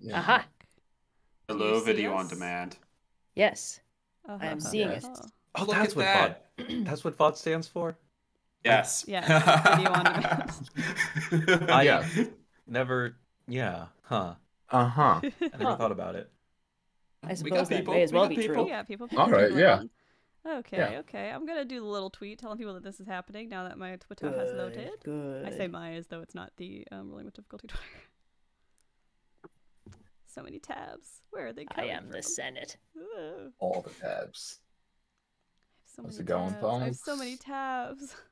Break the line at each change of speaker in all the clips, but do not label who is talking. Yeah.
Uh-huh.
Aha.
you
Hello,
see
video on
us?
demand.
Yes.
I
am seeing it.
Oh,
Look
that's
at
what
that.
VOD. That's what VOD stands for.
Yes.
Yeah, video on demand.
I-
Yeah.
Never. Yeah. Huh.
Uh huh.
Uh-huh.
I never
Huh.
thought about it.
We
I
got
suppose that
people,
may as
we got
well be
people.
true.
Yeah, people.
All
people
right,
are
yeah.
on. Okay, okay. I'm gonna do the little tweet telling people that this is happening now that my Twitter has loaded.
Good.
I say my as though it's not the um, rolling with difficulty Twitter. so many tabs. Where are they
I
coming
am
from?
the Senate.
Ugh,
All the tabs.
I have so
How's
many
it going,
tabs. I have so
folks?
many tabs.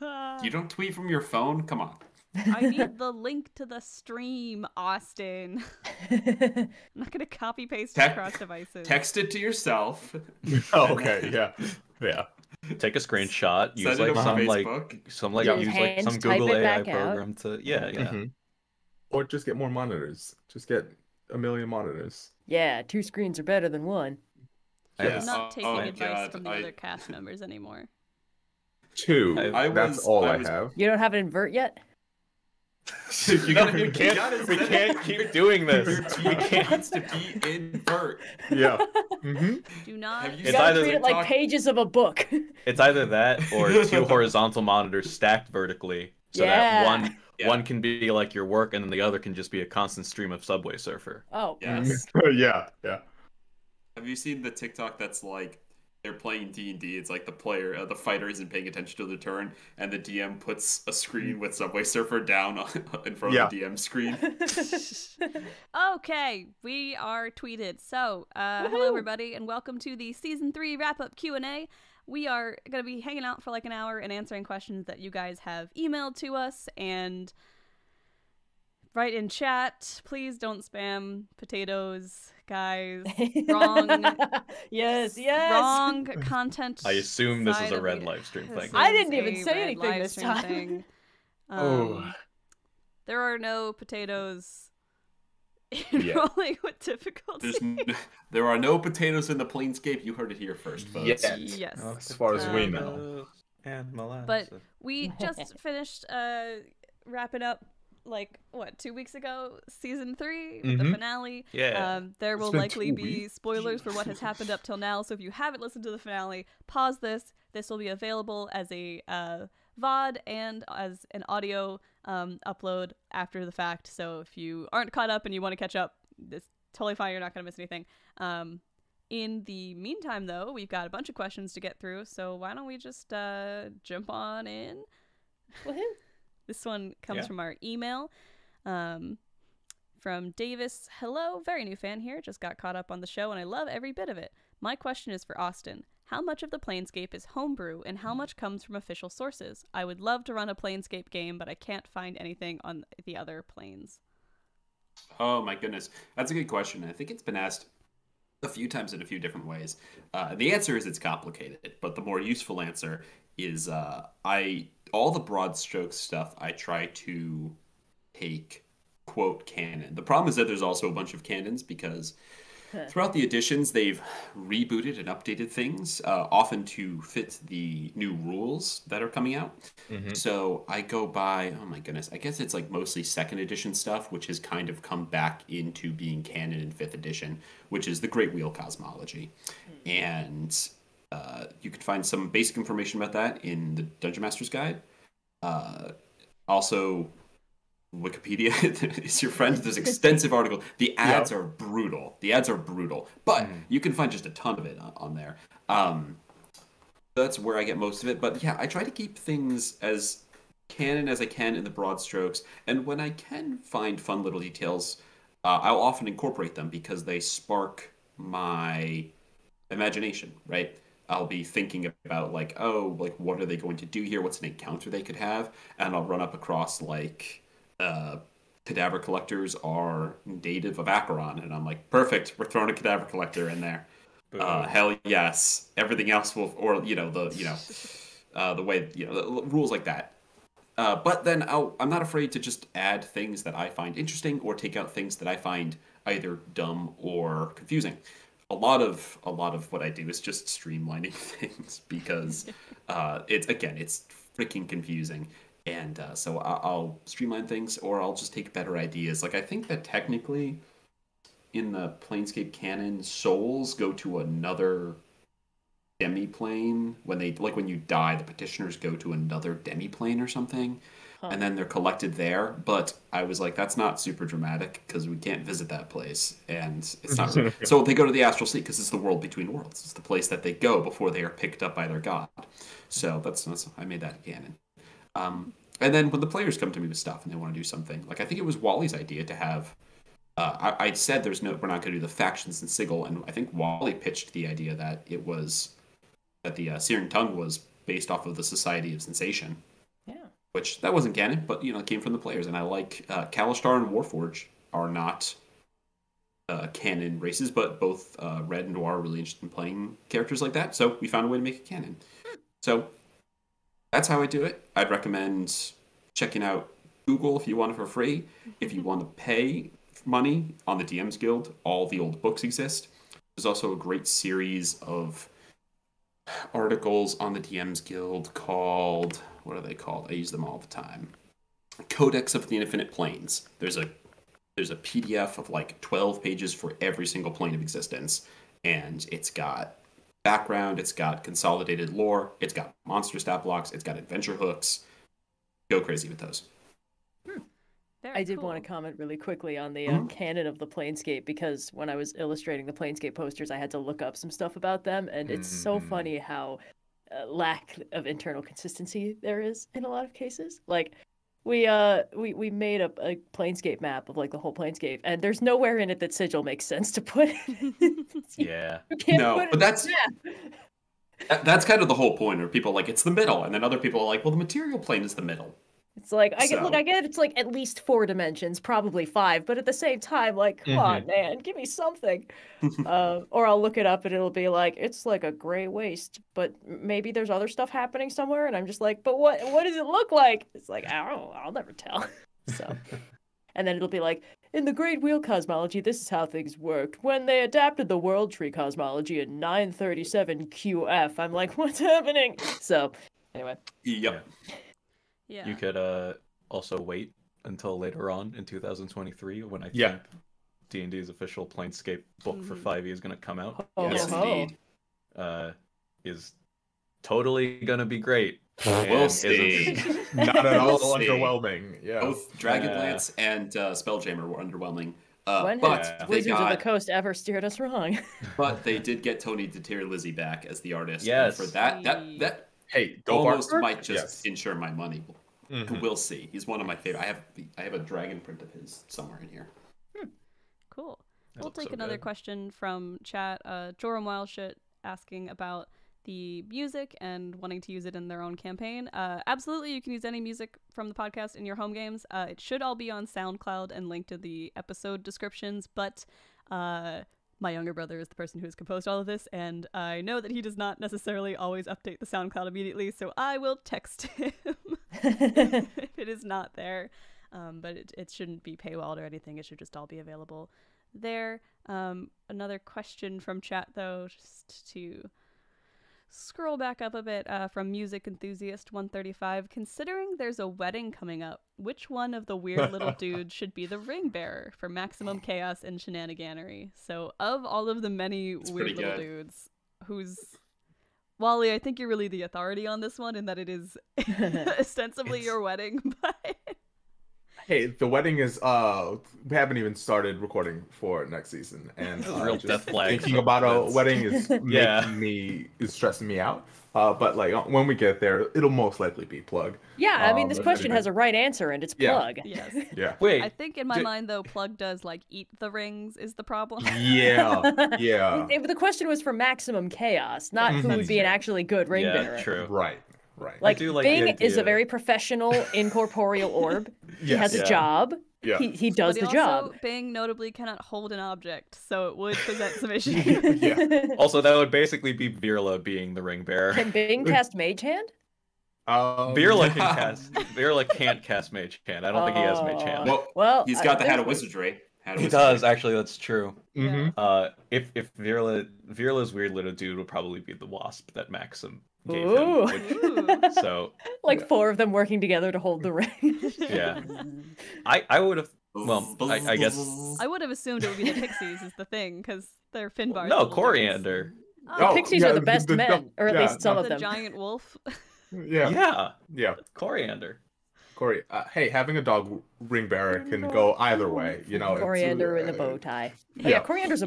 Ah,
You don't tweet from your phone? Come on.
I need the link to the stream, Austin. I'm not gonna copy paste
Tec-
across devices.
Text it to yourself.
Oh, okay. Yeah. Yeah.
Take a screenshot. Use
Send it
like
over
some like
Facebook.
some like
Yeah.
use like
Hand
some
type
Google
it
AI
back out.
program to yeah yeah.
Mm-hmm.
Mhm. Or just get more monitors. Just get a million monitors.
yeah, two screens are better than one.
I have
Yeah.
I'm
a-
not
Oh,
taking
oh my
advice
God,
from the
I-
other cast members anymore.
Two.
I-
I
That's
was-
all
I
I,
was-
have.
You don't have an invert yet?
You gotta- you gotta
we
send
can't keep doing
Your
this. We
tweet
can't.
needs to be invert.
Yeah. hmm
Do not.
you
You
It's
seen
gotta
either-
treat it like
TikTok?
pages of a book.
It's either that or two horizontal monitors stacked vertically, so
Yeah.
that one
Yeah.
one can be like your work, and then the other can just be a constant stream of Subway Surfer.
oh,
Yes.
yeah. Yeah.
Have you seen the TikTok that's like they're playing D and D? It's like the player, uh, the fighter isn't paying attention to the turn, and the DM puts a screen with Subway Surfer down on, in front
Yeah.
of the DM screen.
Okay, we are tweeted. So, uh, hello
Woohoo!
everybody, and welcome to the season three wrap up Q and A. We are going to be hanging out for like an hour and answering questions that you guys have emailed to us and write in chat. Please don't spam potatoes, guys. Wrong.
yes, yes.
Wrong content.
I assume this is
side
a
of
red
the-
live stream
This
thing.
I didn't
is
even
a
say
red
anything
live
this
stream
time.
thing.
Oh.
Um, There are no potatoes in
Yeah.
rolling with difficulty.
There's n- there are no potatoes in the planescape. You heard it here first, folks.
Yet.
Yes.
Oh.
As far as we
Um,
know.
And
But we just finished uh, wrapping up, like, what, two weeks ago, season 3 with
Mm-hmm.
the
Mhm.
finale.
yeah,
Um, there
It's
will
been
likely
two
be spoilers for what has happened up till now. So if you haven't listened to the finale, pause this. This will be available as a uh, VOD and as an audio um, upload after the fact. So if you aren't caught up and you want to catch up, this totally fine. You're not going to miss anything. Um, in the meantime, though, we've got a bunch of questions to get through. So why don't we just uh, jump on in?
Woohoo.
This one comes
Yeah.
from our email. Um, from Davis. Hello, very new fan here. Just got caught up on the show and I love every bit of it. My question is for Austin. How much of the Planescape is homebrew and how much comes from official sources? I would love to run a Planescape game, but I can't find anything on the other planes.
Oh my goodness, that's a good question. I think it's been asked a few times in a few different ways. Uh, the answer is it's complicated, but the more useful answer is uh, I all the broad strokes stuff I try to take quote canon. The problem is that there's also a bunch of canons because throughout the editions they've rebooted and updated things uh, often to fit the new rules that are coming out. So I go by, oh my goodness, I guess it's like mostly second edition stuff, which has kind of come back into being canon in fifth edition, which is the Great Wheel Cosmology. And uh, you can find some basic information about that in the Dungeon Master's Guide. Uh, also, Wikipedia is your friend. There's extensive article. The ads are brutal. The ads are brutal, but you can find just a ton of it on, on there. Um, that's where I get most of it. But yeah, I try to keep things as canon as I can in the broad strokes, and when I can find fun little details, uh, I'll often incorporate them because they spark my imagination, right? I'll be thinking about like, oh, like what are they going to do here? What's an encounter they could have? And I'll run up across like uh cadaver collectors are native of Acheron, and I'm like, perfect, we're throwing a cadaver collector in there. Uh, hell yes. Everything else will, or you know the you know uh, the way you know the l- rules like that. Uh, but then I'll, I'm not afraid to just add things that I find interesting or take out things that I find either dumb or confusing. A lot of a lot of what I do is just streamlining things because uh, it's again it's freaking confusing and uh, so I- I'll streamline things, or I'll just take better ideas. Like I think that technically, in the Planescape canon, souls go to another demiplane when they like when you die. The petitioners go to another demiplane or something,
Huh.
and then they're collected there. But I was like, that's not super dramatic because we can't visit that place, and it's not. really- so they go to the astral sea because it's the world between worlds. It's the place that they go before they are picked up by their god. So that's, that's I made that canon. Um, and then when the players come to me with stuff and they want to do something, like I think it was Wally's idea to have. Uh, I, I said there's no, we're not going to do the factions in Sigil, and I think Wally pitched the idea that it was that the uh, Searing Tongue was based off of the Society of Sensation,
Yeah.
which that wasn't canon, but you know it came from the players. And I like uh, Kalistar and Warforge are not uh, canon races, but both uh, Red and Noir are really interested in playing characters like that, so we found a way to make it canon. So that's how I do it. I'd recommend checking out Google if you want it for free. If you want to pay money on the DMs Guild, all the old books exist. There's also a great series of articles on the DMs Guild called what are they called? I use them all the time. Codex of the Infinite Planes. There's a there's a PDF of like 12 pages for every single plane of existence and it's got background, it's got consolidated lore, it's got monster stat blocks, it's got adventure hooks. Go crazy with those.
Very
I did
cool.
want to comment really quickly on the uh,
Mhm.
canon of the Planescape because when I was illustrating the Planescape posters, I had to look up some stuff about them, and it's so
Mm.
funny how uh, lack of internal consistency there is in a lot of cases. Like we uh we we made up a Planescape map of like the whole Planescape, and there's nowhere in it that Sigil makes sense to put. you
Yeah.
can't
No,
put it
but
in
that's-
the map.
That- that's kind of the whole point where people are like it's the middle and then other people are like well the material plane is the middle.
It's like I get look,
So-
I get it's like at least four dimensions, probably five, but at the same time, like, come
Mm-hmm.
on, man, give me something. uh, or I'll look it up and it'll be like it's like a gray waste, but m- maybe there's other stuff happening somewhere, and I'm just like, but what what does it look like? It's like I don't, I'll never tell. so, and then it'll be like. In the Great Wheel cosmology, this is how things worked. When they adapted the World Tree cosmology in 937 QF, I'm like, what's happening? So, anyway,
Yep.
Yeah.
You could uh also wait until later on in 2023 when I
Yeah.
think D&D's official Planescape book for
Mhm.
5e is going to come out.
ho,
Yes,
Oh, ho, ho.
indeed.
Uh is totally going to be great.
We'll
and
see.
isn't-
Not at all
We'll see.
underwhelming. Yeah.
Oh,
Both Dragonlance and uh, Spelljammer were underwhelming, uh,
When
but
has
they
Wizards
got
of the Coast ever steered us wrong.
but they did get Tony Deter Lizzie back as the artist. and
Yes.
for that that
Sweet.
that
Hey, go
almost
Barker?
might just
Yes.
ensure my money.
Mm-hmm.
Mhm.
We'll see. He's one of my favorite. I have I have a dragon print of his somewhere in here.
Cool.
That
we'll
looks
take
so
another
good.
question from chat. Uh, Joram Wildshit asking about the music and wanting to use it in their own campaign. Uh, absolutely, you can use any music from the podcast in your home games. Uh, it should all be on SoundCloud and linked to the episode descriptions. But uh, my younger brother is the person who has composed all of this, and I know that he does not necessarily always update the SoundCloud immediately, so I will text him. if it is not there. Um, but it, it shouldn't be paywalled or anything. It should just all be available there. Um, another question from chat, though, just to scroll back up a bit uh, from Music Enthusiast 135. Considering there's a wedding coming up, which one of the weird little dudes should be the ring bearer for maximum chaos and shenaniganery? So, of all of the many
It's
weird
pretty
little
good.
dudes, who's. Wally, I think you're really the authority on this one, in that it is ostensibly
It's-
your wedding, but
Hey, the wedding is uh we haven't even started recording for next season and
This is
uh,
real
just
death flag
Thinking
for
about a
Vince.
wedding is
Yeah.
making me is stressing me out. Uh, but like when we get there, it'll most likely be plug.
yeah, I mean, this
Um,
question has a right answer, and it's
Yeah.
plug.
yes.
Yeah.
I
Wait.
think in my
Did-
mind though, plug does like eat the rings is the problem.
Yeah. Yeah.
It- the question was for maximum chaos, not who would
Mhm.
be an actually good ring bearer.
yeah, true.
Right. Right.
Like,
do like the
Bing is a
idea-
very professional incorporeal orb. He
Yes.
has
Yeah.
a job.
Yeah.
He, he does
but
the
he also,
job.
Bing notably cannot hold an object, so it would present some issues.
yeah.
Also, that would basically be Virla being the ring bearer.
Can Bing cast Mage Hand?
Um,
Virla can
yeah.
cast. Virla can't cast Mage Hand. I don't think he has Mage Hand.
Well,
Well,
he's
Oh, I-
got the hat
there's-
of wizardry. How
He
we-
does actually. That's true.
hmm
Uh, if if Virla Virla's weird little dude would probably be the wasp that Maxim gave
Ooh.
him. Which, so
like four of them working together to hold the ring.
yeah, I I would have. Well, I, I guess
I would have assumed it would be the Pixies is the thing because they're Finbar's.
no
little dudes.
coriander.
Oh,
Oh,
Pixies
yeah,
are the
the-
best
the-
men, or at
yeah,
least some
no.
of
the
them.
giant wolf.
Yeah. yeah,
Yeah, coriander.
Corey. Uh, hey, having a dog ring bearer can go either way. You
Oh,
know, it's,
coriander in a
uh,
bow tie. Yeah,
yeah.
coriander's a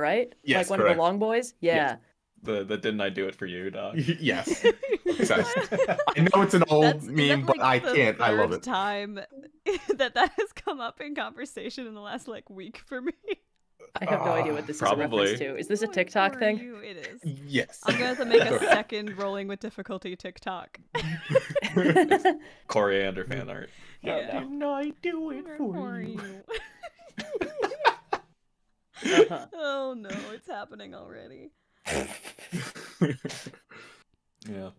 right?
Yes,
like one of
correct.
the long boys. Yeah.
The the didn't I do it for you, dog?
yes, Precisely. I know it's an
Oh,
old
That's-
meme,
that's,
but I
like, the
can't. I love
third
it.
Time that that has come up in conversation in the last like week for me.
I have no idea what this is a
Probably.
reference to. Is this a
Who
TikTok
are
thing?
you? It is.
Yes.
I'm gonna have to make a second rolling with difficulty TikTok.
Coriander fan art.
Yeah.
Didn't I do
Where are you?
Uh-huh.
Oh no, it's happening already.
Yeah.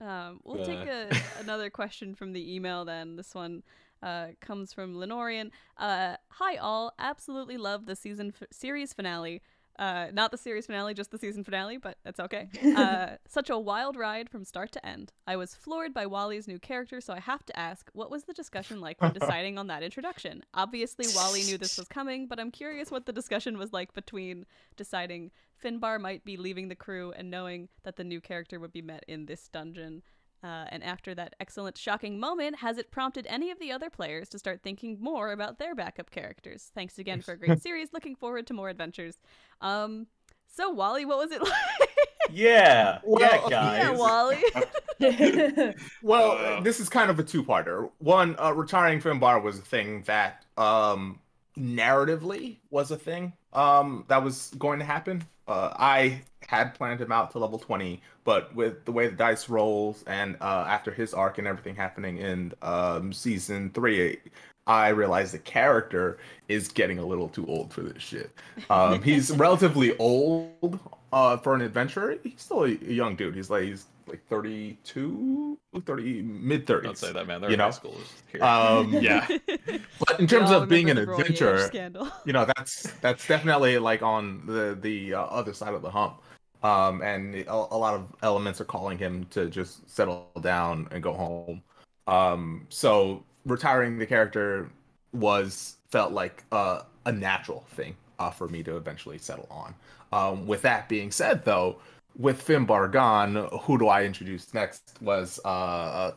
Um, we'll take a, another question from the email then. This one uh, comes from Lenorian. Uh, Hi all, absolutely love the season f- series finale. Uh, not the series finale, just the season finale, but that's okay. Uh, such a wild ride from start to end. I was floored by Wally's new character, so I have to ask, what was the discussion like when deciding on that introduction? Obviously, Wally knew this was coming, but I'm curious what the discussion was like between deciding Finbar might be leaving the crew and knowing that the new character would be met in this dungeon. Uh, and after that excellent, shocking moment, has it prompted any of the other players to start thinking more about their backup characters? Thanks again for a great series. Looking forward to more adventures. Um, so Wally, what was it like?
Yeah. yeah,
Well,
guys.
yeah, Wally.
Well,
Uh.
this is kind of a two-parter. One, uh, retiring from bar was a thing that um, narratively was a thing um, that was going to happen. Uh, I had planned him out to level 20, but with the way the dice rolls and uh, after his arc and everything happening in um, season three, I realized the character is getting a little too old for this shit. Um, he's relatively old uh, for an adventurer. He's still a young dude. He's like he's like 32, 30, mid 30s.
Don't say that, man. They're
You
in high
know?
school. Here.
Uh,
Um, yeah. But in terms of being an
adventure
adventurer,
scandal.
you know that's that's definitely like on the the uh, other side of the hump um and a, a lot of elements are calling him to just settle down and go home um so retiring the character was felt like uh, a natural thing uh, for me to eventually settle on um with that being said though with Finbar gone, who do I introduce next was uh, a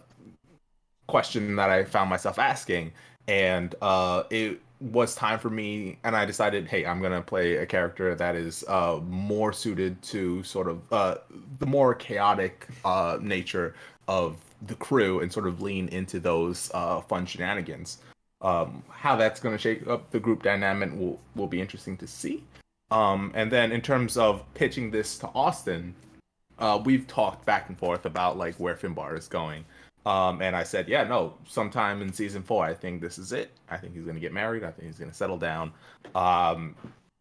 question that I found myself asking, and uh, it was time for me, and I decided, hey, I'm gonna play a character that is uh, more suited to sort of uh, the more chaotic uh, nature of the crew, and sort of lean into those uh, fun shenanigans. Um, how that's going to shake up the group dynamic will will be interesting to see. Um, and then in terms of pitching this to Austin, uh, we've talked back and forth about like where Finbar is going. Um, and I said, yeah, no, sometime in season four, I think this is it. I think he's gonna get married. I think he's gonna settle down. Um,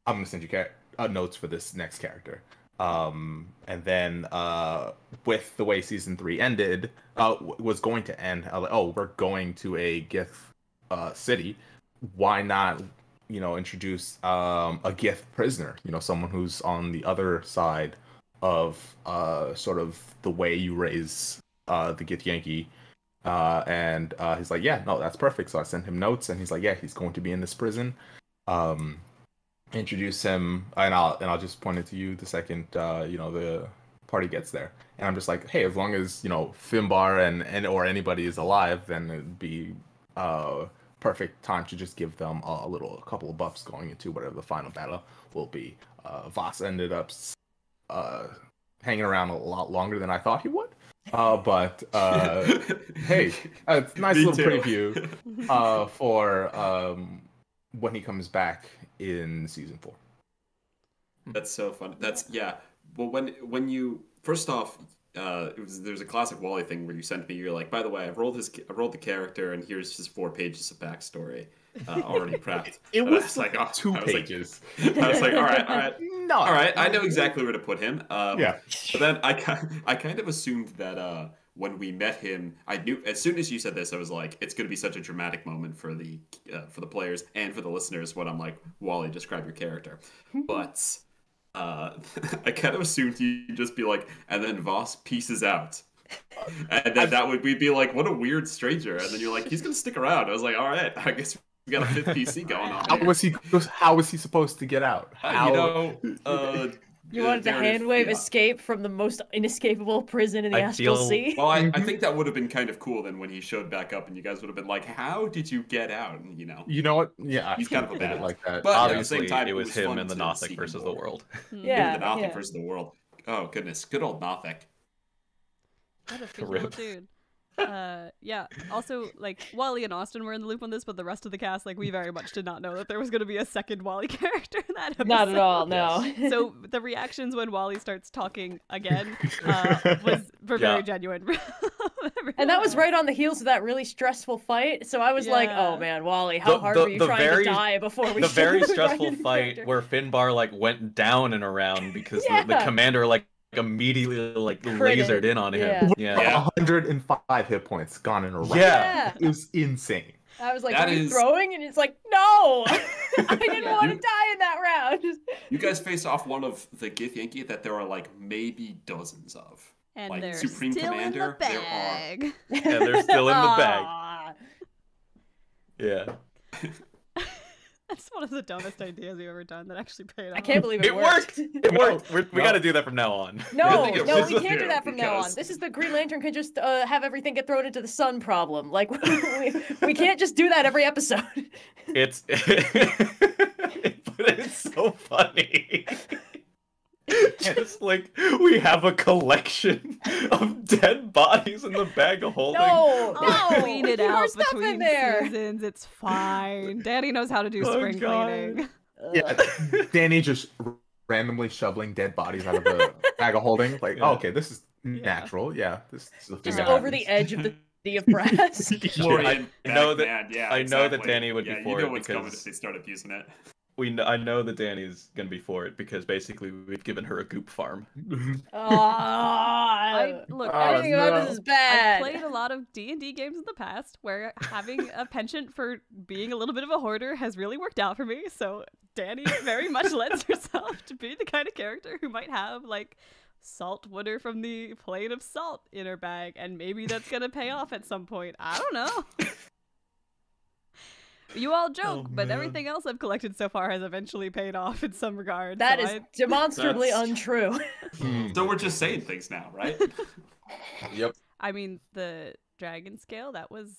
I'm gonna send you char- uh, notes for this next character. Um, and then uh, with the way season three ended, uh, w- was going to end. I was like, oh, we're going to a gift uh, city. Why not you know introduce um, a gift prisoner you know someone who's on the other side of uh, sort of the way you raise uh, the gith yankee uh, and uh, he's like yeah no that's perfect so i sent him notes and he's like yeah he's going to be in this prison um, introduce him and i'll and i'll just point it to you the second uh, you know the party gets there and i'm just like hey as long as you know finbar and, and or anybody is alive then it'd be uh, perfect time to just give them a, a little a couple of buffs going into whatever the final battle will be. Uh, Voss ended up s- uh, hanging around a lot longer than I thought he would, uh, but uh, hey, uh, it's a nice
Me
little
too.
preview uh, for um, when he comes back in season four.
That's so funny. That's yeah. Well, when when you first off, uh, it was there's a classic Wally thing where you sent me. You're like, by the way, I've rolled his, I rolled the character, and here's just four pages of backstory uh, already prepped.
It
And I was like, oh,
two
I was like-
pages.
I was like, all right, all right,
no,
all right. I know exactly where to put him. Um,
Yeah.
But then I, ki- I kind of assumed that uh, when we met him, I knew as soon as you said this, I was like, it's going to be such a dramatic moment for the uh, for the players and for the listeners. When I'm like, Wally, describe your character, but uh, I kind of assumed you'd just be like, and then Voss pieces out, and then that would we'd be like, what a weird stranger, and then you're like, he's going to stick around. I was like, all right, I guess we got a fifth PC going on.
How
here."
was he? How was he supposed to get out?
Uh,
How?
you know, uh,
You
the
wanted to
narrative-
hand wave
yeah.
escape from the most inescapable prison in the
I
Astral
feel-
Sea?
Well, I, I
Mhm.
think that would have been kind of cool then when he showed back up and you guys would have been like, how did you get out? And, you know.
you know what? Yeah, I
He's kind of a
did it
badass.
like that.
But- yeah, at the
Obviously,
same time,
it
it
was
was
him
fun
and the
to
Nothic
see
versus the
more.
world.
Hmm.
yeah.
the Nothic
yeah.
versus the world. Oh, goodness. Good old Nothic.
What a freaky little
Rip.
dude. Uh, yeah. Also, like Wally and Austin were in the loop on this, but the rest of the cast, like, we very much did not know that there was going to be a second Wally character in that episode.
Not at all, no.
So the reactions when Wally starts talking again uh, was were very
Yeah.
genuine.
and that was right on the heels of that really stressful fight. So I was like,
Yeah.
oh man, Wally, how
The-
hard
the-
were you
the
trying
very-
to die before we
the very
started
stressful
writing the
fight
character?
where Finbar like went down and around because the, the
Yeah.
commander like immediately like
Critted.
lasered in on him. Yeah.
Yeah.
105 hit points gone in a round.
Yeah.
It was insane.
I was like,
That
are you
is-
throwing? And it's like, no, I didn't
Yeah.
want to
You-
die in that round.
You guys face off one of the Gith Yankee that there are like maybe dozens of.
And
Like,
they're
Supreme
still in the
Commander, there are-
bag.
Yeah, they're still in the bag.
Aw.
Yeah.
That's one of the dumbest ideas we've ever done that actually paid off.
I can't believe it,
It worked. It
No,
worked. We're, we
no.
got to do that from now on.
No,
think it
no,
was
we can't do
you,
that from now on.
because-
This is the Green Lantern can just uh, have everything get thrown into the sun problem. Like we, we can't just do that every episode.
It's but it's so funny. Just like we have a collection of dead bodies in the bag of holding.
No,
I'll
no,
clean it
Keep our
out
stuff in
between
there.
seasons. It's fine. Daddy knows how to do
Oh,
spring
God.
cleaning.
Yeah. Danny just randomly shoveling dead bodies out of the bag of holding. Like,
Yeah.
oh, okay, this is natural. Yeah. This is a thing
Just
that
over the
happens.
edge of the sea of brass.
Florian,
I know that-
Bagman, yeah,
I know that
exactly.
Danny would be
yeah,
for
you know
it
what's coming
because-
if they start abusing it.
We kn- I know that Danny's gonna be for it because basically we've given her a goop farm.
I,
I, look,
Uh,
Oh,
I
everything about
no.
this is
I've
bad.
played a lot of D and D games in the past where having a penchant for being a little bit of a hoarder has really worked out for me. So Danny very much lends herself to be the kind of character who might have like salt water from the plane of salt in her bag, and maybe that's gonna pay off at some point. I don't know. You
Oh,
all joke, but
man.
everything else I've collected so far has eventually paid off in some regard.
That
so
is
I-
demonstrably
That's-
untrue.
Hmm.
So we're just saying things now, right?
Yep.
I mean, the dragon scale that was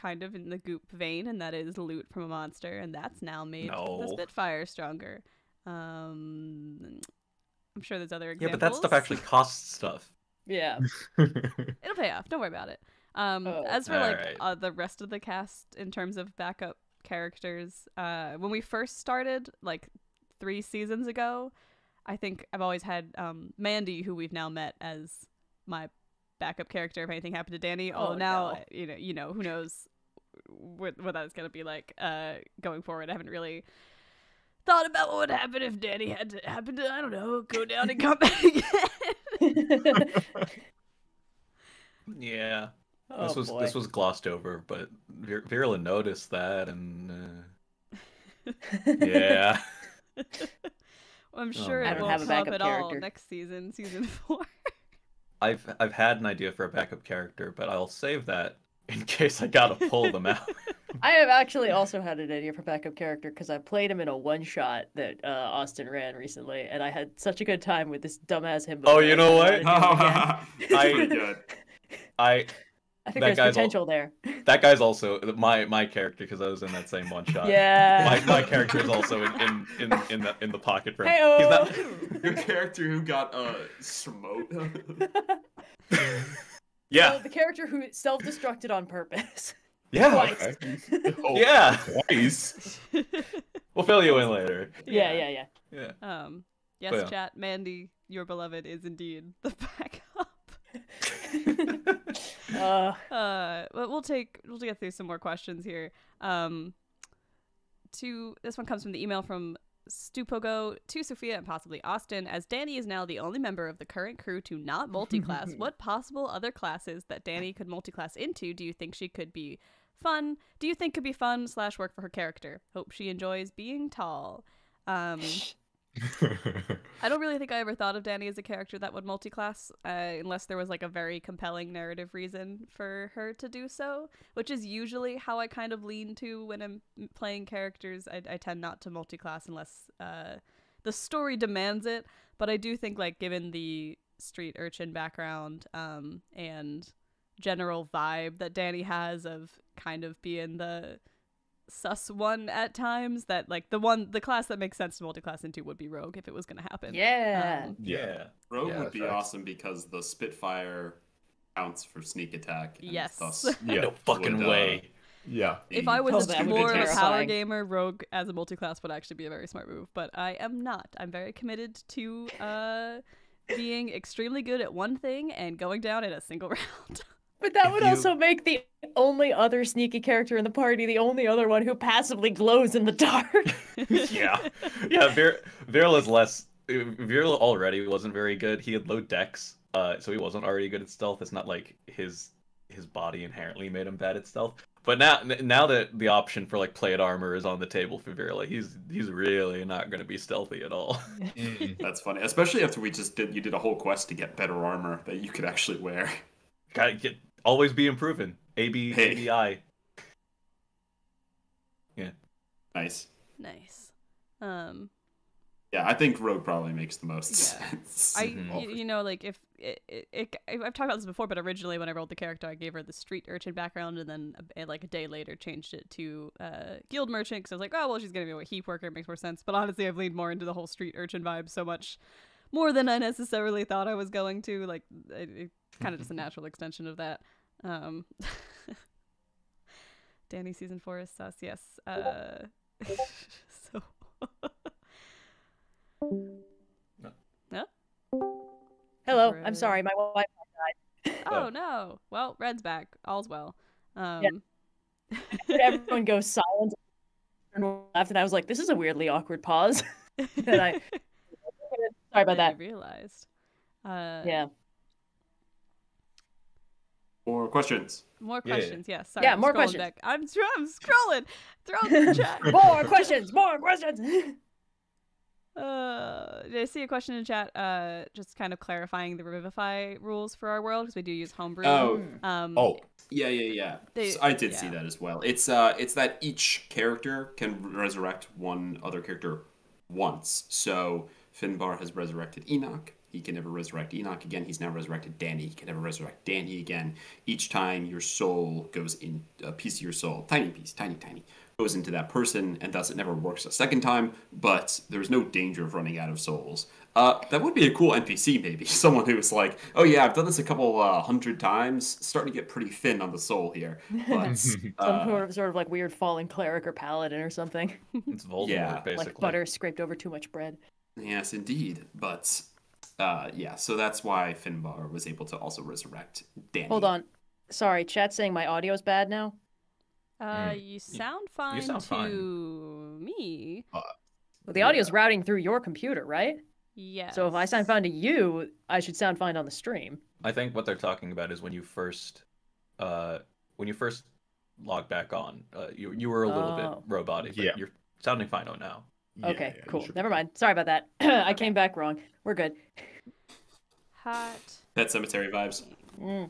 kind of in the goop vein, and that is loot from a monster, and that's now made the
No.
Spitfire stronger. Um, I'm sure there's other
Yeah,
examples.
but that stuff actually costs stuff.
Yeah.
it'll pay off. Don't worry about it. Um,
Oh.
as for like
Alright.
uh, the rest of the cast in terms of backup characters, uh, when we first started, like three seasons ago, I think I've always had um, Mandy, who we've now met as my backup character. If anything happened to Danny, oh,
Oh,
now
no.
you know, you know, who knows what what that's gonna be like uh, going forward. I haven't really thought about what would happen if Danny had to happen to I don't know go down and come back again.
Yeah.
oh,
this was
boy.
this was glossed over, but Vir- Virla noticed that and uh, yeah.
I'm
Oh,
sure
man. I
it
don't
won't come
have
a
up
backup
at all
character.
next season, season four.
I've I've had an idea for a backup character, but I'll save that in case I gotta pull them out.
I have actually also had an idea for backup character because I played him in a one shot that uh, Austin ran recently, and I had such a good time with this dumbass himbo.
Oh,
that I
you know
kinda
what?
wanted to do him again.
I, Oh, pretty good.
I
I
That
think there's
guy's all-
potential there.
that guy's also my my character because I was in that same one shot. My,
Yeah.
my character is also in in in in the, in the pocket for
Hey-oh.
He's not
Your character who got uh smote.
Yeah.
the character who self-destructed on purpose.
Yeah.
Twice.
Oh,
Yeah.
Twice.
We'll fill you in later.
Yeah, yeah, yeah.
Yeah.
Um, yes,
Well.
chat, Mandy, your beloved is indeed the backup.
Uh,
Uh, but we'll take we'll get through some more questions here. Um, to this one comes from the email from Stupogo to Sophia and possibly Austin, as Danny is now the only member of the current crew to not multiclass. what possible other classes that Danny could multiclass into do you think she could be fun? Do you think could be fun slash work for her character? Hope she enjoys being tall. Um, I don't really think I ever thought of Danny as a character that would multiclass, uh, unless there was like a very compelling narrative reason for her to do so, which is usually how I kind of lean to when I'm playing characters. I, I tend not to multiclass unless uh, the story demands it, but I do think like given the street urchin background um, and general vibe that Danny has of kind of being the sus one at times that like the one the class that makes sense to multiclass into would be rogue if it was going to happen
Yeah.
Um,
Yeah.
Rogue
Yeah,
would be
facts.
awesome because the Spitfire counts for sneak attack. and
Yes.
thus
Yeah.
No fucking
Would, uh,
way.
yeah.
if
the
i was
Oh,
a
that would be
more of a power
terrifying.
gamer rogue as a multiclass would actually be a very smart move but i am not i'm very committed to uh being extremely good at one thing and going down in a single round
But that
If
would
you-
also make the only other sneaky character in the party the only other one who passively glows in the dark.
yeah, yeah. Vir- Virla's less. Virla already wasn't very good. He had low dex, uh, so he wasn't already good at stealth. It's not like his his body inherently made him bad at stealth. But now n- now that the option for like plate armor is on the table for Virla, he's he's really not going to be stealthy at all.
That's funny, especially after we just did. You did a whole quest to get better armor that you could actually wear.
Gotta get always be improving. A B
Hey.
A B I.
Nice.
nice um
Yeah, I think Rogue probably makes the most
Yeah.
sense.
I,
Mhm.
y- you know, like if it, it, it, I've talked about this before, but originally when I rolled the character, I gave her the street urchin background, and then a, like a day later changed it to uh, guild merchant because I was like, oh well, she's gonna be a heap worker, it makes more sense. But honestly, I've leaned more into the whole street urchin vibe so much more than I necessarily thought I was going to. Like, it, it's kind of just a natural extension of that. Um, Danny season four is sus, yes. Uh, so.
Hello,
Right.
I'm sorry, my wife.
Oh no! Well, Red's back. All's well. Um,
Everyone goes silent and left, and I was like, "This is a weirdly awkward pause." and I, sorry about
I
that.
realized. Uh,
Yeah,
Or questions.
More
Yeah.
questions. Yes. sorry.
Yeah,
I'm
more
scrolling
questions.
back. I'm, tr- I'm scrolling. Throw the chat.
more questions, more questions.
Uh, did I see a question in chat? Uh, just kind of clarifying the revivify rules for our world because we do use homebrew.
Oh,
Um,
Oh,
yeah, yeah, yeah.
They-
So I did see
yeah.
that as well. It's uh, it's that each character can resurrect one other character once. So Finbar has resurrected Enoch. He can never resurrect Enoch again. He's now resurrected Danny. He can never resurrect Danny again. Each time your soul goes in, a piece of your soul, tiny piece, tiny, tiny, goes into that person, and thus it never works a second time. But there's no danger of running out of souls. Uh, that would be a cool NPC, maybe. Someone who was like, oh yeah, I've done this a couple uh, hundred times, starting to get pretty thin on the soul here. But,
Some
uh,
sort of, sort of like weird fallen cleric or paladin or something.
It's Voldemort
Yeah. Like
basically.
Like butter scraped over too much bread.
Yes, indeed. But uh, yeah, so that's why Finbar was able to also resurrect Danny.
Hold on, sorry, chat saying my audio's bad now.
Uh, you sound fine
sound
to
fine.
me.
Well, the audio's routing through your computer, right?
Yes.
So if I sound fine to you, I should sound fine on the stream.
I think what they're talking about is when you first, uh, when you first log back on, uh, you you were a little
Oh.
bit robotic. but
Yeah.
You're sounding fine on now.
yeah,
Okay,
yeah, you
cool.
should-
Never mind. Sorry about that. I came back wrong. We're good.
hot.
Pet Cemetery vibes.
Mm.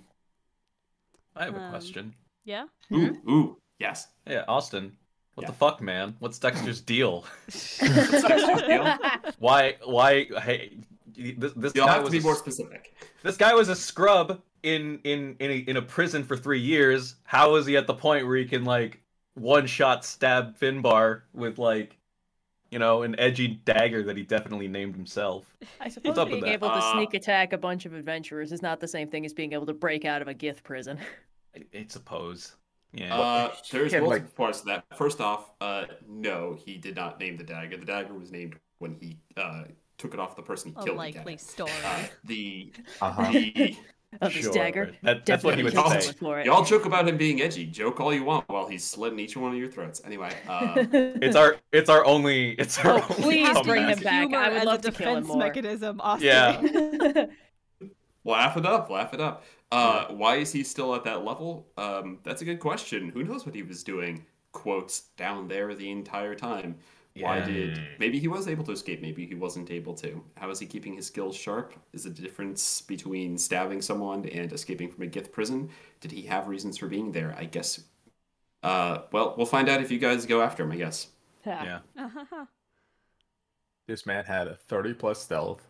I have a
Um,
question.
Yeah.
Ooh, ooh, yes.
Yeah, Austin, what
Yeah.
the fuck, man? What's Dexter's deal?
That's
Why? Why? Hey, this, this
You'll
guy
have
was
to be
a
more
s-
specific.
this guy was a scrub in in in a, in a prison for three years. How is he at the point where he can like one shot stab Finbar with like, you know, an edgy dagger that he definitely named himself?
I suppose
up with
being
that?
able to
Uh,
sneak attack a bunch of adventurers is not the same thing as being able to break out of a gith prison.
I, I suppose. Yeah.
Uh, there's
Yeah,
multiple
like-
parts to that. First off, uh, no, he did not name the dagger. The dagger was named when he uh, took it off the person he
A
killed. the
likely
dagger.
story.
Uh, the
Uh-huh.
the
of his dagger.
That, that's what he would
Definitely
would
going
say.
for it.
Y'all joke about him being edgy. Joke all you want while he's slitting each one of your throats. Anyway, uh,
It's our it's our only it's our
Oh,
only
please
comeback.
bring him back.
Humor
I would
as
love
a
to kill him
defense
more.
mechanism, Austin.
Yeah.
laugh it up, laugh it up. Uh, why is he still at that level? Um, that's a good question. Who knows what he was doing? Quotes down there the entire time. Why
Yeah.
did maybe he was able to escape? Maybe he wasn't able to. How is he keeping his skills sharp? Is the difference between stabbing someone and escaping from a Gith prison? Did he have reasons for being there? I guess. Uh, well, we'll find out if you guys go after him. I guess.
Yeah.
This man had a 30 plus stealth.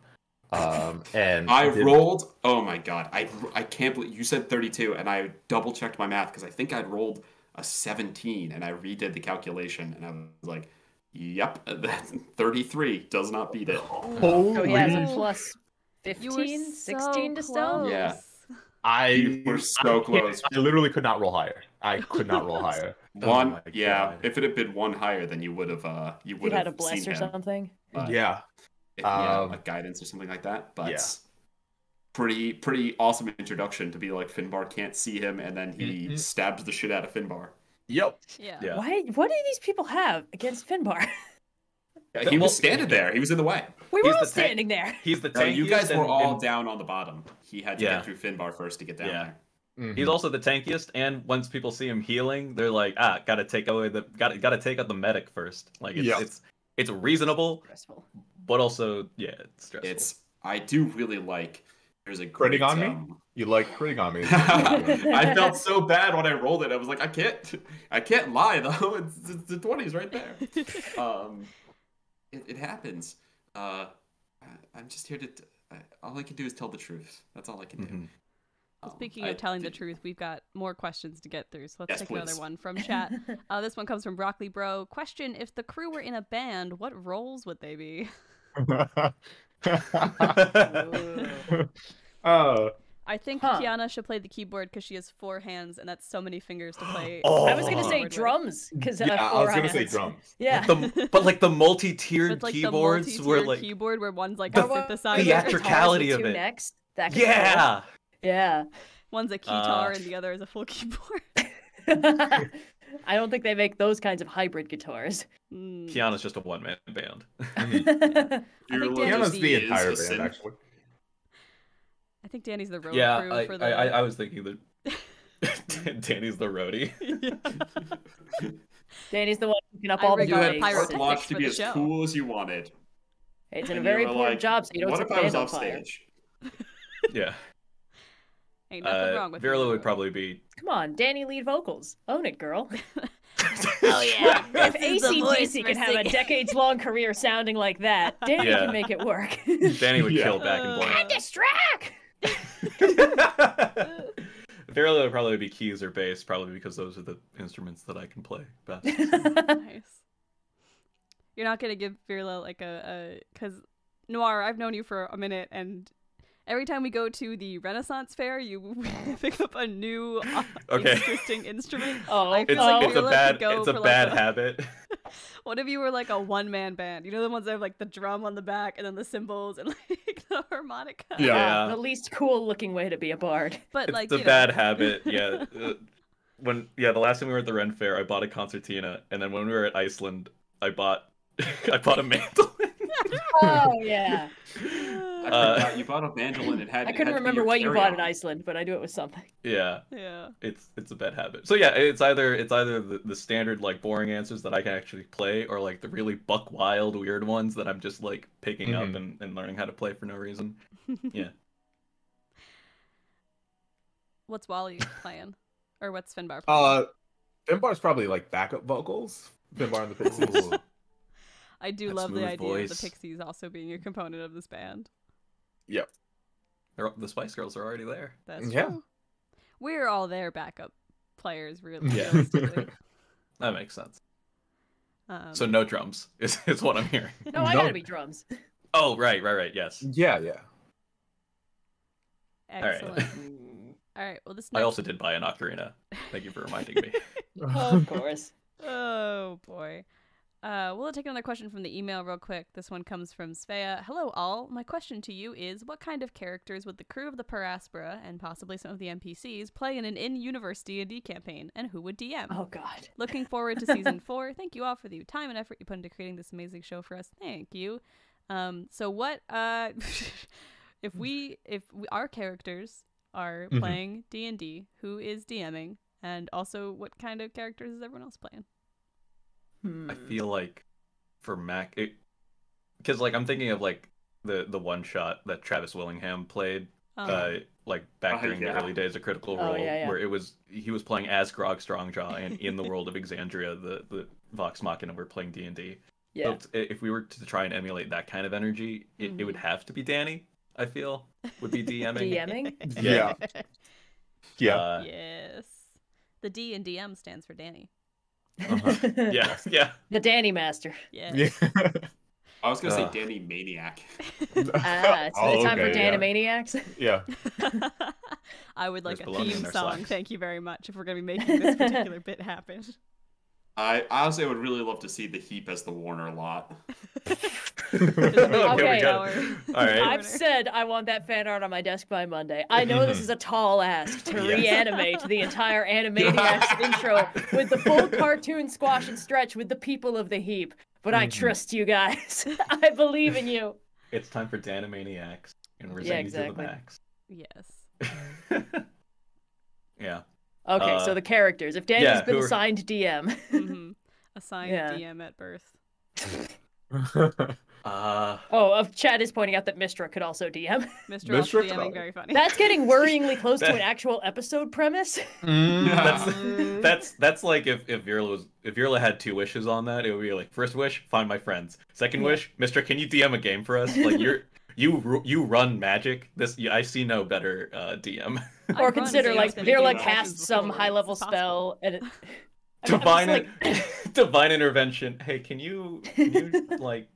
Um, and
I
did-
rolled. Oh my god! I I can't believe you said 32, and I double checked my math because I think I'd rolled a 17, and I redid the calculation, and I was like, "Yep, that 33 does not beat it."
So
Holy
he has
Really?
a plus
Oh, You were
15,
so
16 to stealth.
close.
Yeah.
I
You were so close.
I literally could not roll higher. I could not roll higher.
One,
my
yeah.
God.
If it had been one higher, then you would have uh you
He
would
had
have
a bless
seen
or
him.
something.
but
yeah.
if he had,
Um,
like guidance or something like that. But
yeah.
pretty pretty awesome introduction to be like Finbar can't see him, and then he
Mhm.
stabs the shit out of Finbar.
Yep.
Yeah.
Yeah.
Why? What do these people have against Finbar?
Yeah, He
Well-
was standing there. He was in the way.
We were
He's
all
the tank.
standing there.
He's the
No,
tankiest.
you guys were
and-
all
and
down on the bottom. He had to
Yeah.
get through Finbar first to get down
Yeah.
there.
Mm-hmm.
He's also the tankiest, and once people see him healing, they're like, ah, gotta take away the gotta gotta take out the medic first. Like it's
Yeah.
it's it's reasonable, but also yeah, it's stressful.
It's I do really like. There's a
Critting
great,
on me?
um,
you like critting on me. Oh.
I felt so bad when I rolled it. I was like, I can't, I can't lie though. It's, it's the twenties right there. Um, it, it happens. Uh, I- I'm just here to. t- I- all I can do is tell the truth. That's all I can do.
Mhm.
Um,
Speaking
I
of telling the
did-
truth, we've got more questions to get through, so let's
Yes,
take
please.
another one from chat. uh, this one comes from Broccoli Bro. Question: If the crew were in a band, what roles would they be?
oh,
I think
Huh.
Kiana should play the keyboard because she has four hands, and that's so many fingers to play.
Oh.
I was gonna
the
say
keyboard with.
drums because
yeah,
uh,
I was
four
gonna say
hands.
drums.
Yeah.
the, but like the multi-tiered
With like
keyboards
the
were
multi-tiered
like
keyboard where one's like
The
a synthesizer,
theatrical- theatricality
Guitars with
of
two
it.
Necks, that could be cool.
yeah.
Yeah.
one's
Uh.
a guitar, and the other is a full keyboard.
I don't think they make those kinds of hybrid guitars.
Mm.
Kiana's just a one-man band.
I think
Your
Danny's
Piano's
the-
the
is
entire
a
band,
synth.
actually.
I think Danny's the road
yeah,
crew
I,
for the.
I, I, I was thinking that Danny's the roadie.
Danny's the one picking up
I
all the
rigged
You
Got
had
a
money.
pirate pyrotechnics
carte blanche to
for
be
the
as
show.
cool as you wanted.
It's a
and you
very
were
important
like,
job, so you don't
what if
set the
I was
band on
off
fire.
stage?
yeah.
Ain't nothing
Uh,
wrong with
Virla
road
would
crew.
probably be
Come on, Danny lead vocals. Own it, girl.
Oh yeah.
if
This is the voice
ACDC
for
could have a
singing.
decades long career sounding like that, Danny
Yeah.
can make it work.
Danny would
Yeah.
kill back in
Uh,
black.
Distract!
Virla would probably be keys or bass, probably because those are the instruments that I can play best.
nice. You're not gonna give Virla like a because Noir. I've known you for a minute, and every time we go to the Renaissance Fair, you pick up a new uh,
Okay.
interesting instrument.
Oh,
I feel
It's,
like
it's a
Virla
bad
could go
it's a
for, like,
bad
a-
habit.
What if you were like a one man band? You know the ones that have like the drum on the back and then the cymbals and like the harmonica.
Yeah.
Yeah.
The least cool looking way to be a bard.
but
It's
like
a
you know,
bad habit. Yeah. Uh, when yeah, the last time we were at the Ren Fair, I bought a concertina, and then when we were at Iceland, I bought I bought a mandolin.
Oh, yeah.
I
Uh,
forgot you bought a mandolin and had.
I
it had to
couldn't
be
remember
your
what you bought in
carry-on.
Iceland, but I knew it was something.
yeah.
yeah.
it's it's a bad habit. So yeah, it's either it's either the, the standard like boring answers that I can actually play, or like the really buck wild weird ones that I'm just like picking up
Mhm.
and, and learning how to play for no reason. Yeah.
What's Wally playing? Or what's Finbar playing?
Uh, Finbar's probably like backup vocals. Finbar and the Pixies.
I do
that
love the
smooth
idea of
voice.
the Pixies also being a component of this band.
yep.
They're, the Spice Girls are already there.
That's
Yeah.
true. We're all their backup players, really.
Yeah.
realistically.
That makes sense.
Um,
so no drums is, is what I'm hearing.
No, I
No.
gotta be drums.
Oh right, right, right. Yes.
Yeah, yeah.
right.
excellent. All right.
mm,
Well, this
I
next.
also did buy an ocarina. Thank you for reminding me.
of course.
Oh boy. Uh, we'll take another question from the email real quick. This one comes from Svea. Hello, all. My question to you is what kind of characters would the crew of the Peraspora and possibly some of the NPCs play in an in universe D&D campaign, and who would DM?
Oh God.
Looking forward to season four. Thank you all for the time and effort you put into creating this amazing show for us. Thank you. Um, so what? Uh, if we, if we, our characters are
Mhm.
playing D and D, who is DMing, and also what kind of characters is everyone else playing?
Hmm.
I feel like for Mac, because like I'm thinking of like the the one shot that Travis Willingham played,
Um,
uh, like back
Oh,
during
yeah.
the early days of Critical
Uh-huh. Oh,
Role,
yeah, yeah.
where it was he was playing as Grog Strongjaw, and in the world of Exandria, the the Vox Machina were playing D and D.
Yeah.
If we were to try and emulate that kind of energy, it, it
Mm-hmm.
would have to be Danny. I feel would be DMing.
DMing.
Yeah. Yeah.
Uh,
yes. The D and DM stands for Danny.
yeah, yeah.
The Danny Master.
Yeah.
yeah.
I was gonna
Ugh.
say Danny Maniac.
Ah, it's
Oh,
time for
okay, yeah.
Danimaniacs.
Yeah.
I would like
There's
a
bologna in
theme
their
song.
slacks.
Thank you very much. If we're gonna be making this particular bit happen.
I I honestly would really love to see the heap as the Warner lot.
Okay, we
Okay.
got it. All right.
I've said I want that fan art on my desk by Monday. I know this is a tall ask to
Mm-hmm. Yes.
reanimate the entire Animaniacs intro with the full cartoon squash and stretch with the people of the heap, but I
Mm-hmm.
trust you guys. I believe in you.
It's time for Danimaniacs, and we're
Yeah,
sending
exactly.
you to the max.
Yes.
yeah.
Okay,
Uh,
so the characters. If Danny's
yeah,
been
who are-
assigned DM,
hmm Assigned
Yeah.
DM at birth.
Uh,
oh, uh, Chad is pointing out that Mistra could also DM.
Mr.
Miss
Mr.
Rick's
DMing
not-
very funny.
That's getting worryingly close to
That-
an actual episode premise. Mm.
Yeah.
that's
Um,
that's that's like if if Virla was if Virla had two wishes on that, it would be like first wish, find my friends. Second wish, Mister, can you DM a game for us? Like you're you ru- you run magic. This I see no better uh, DM.
I've
or
run
consider
DMs
like
that
Virla
make
casts
decisions
some
before
high level
it's possible.
spell and it, I'm just
divine
like-
divine intervention. Hey, can you can you like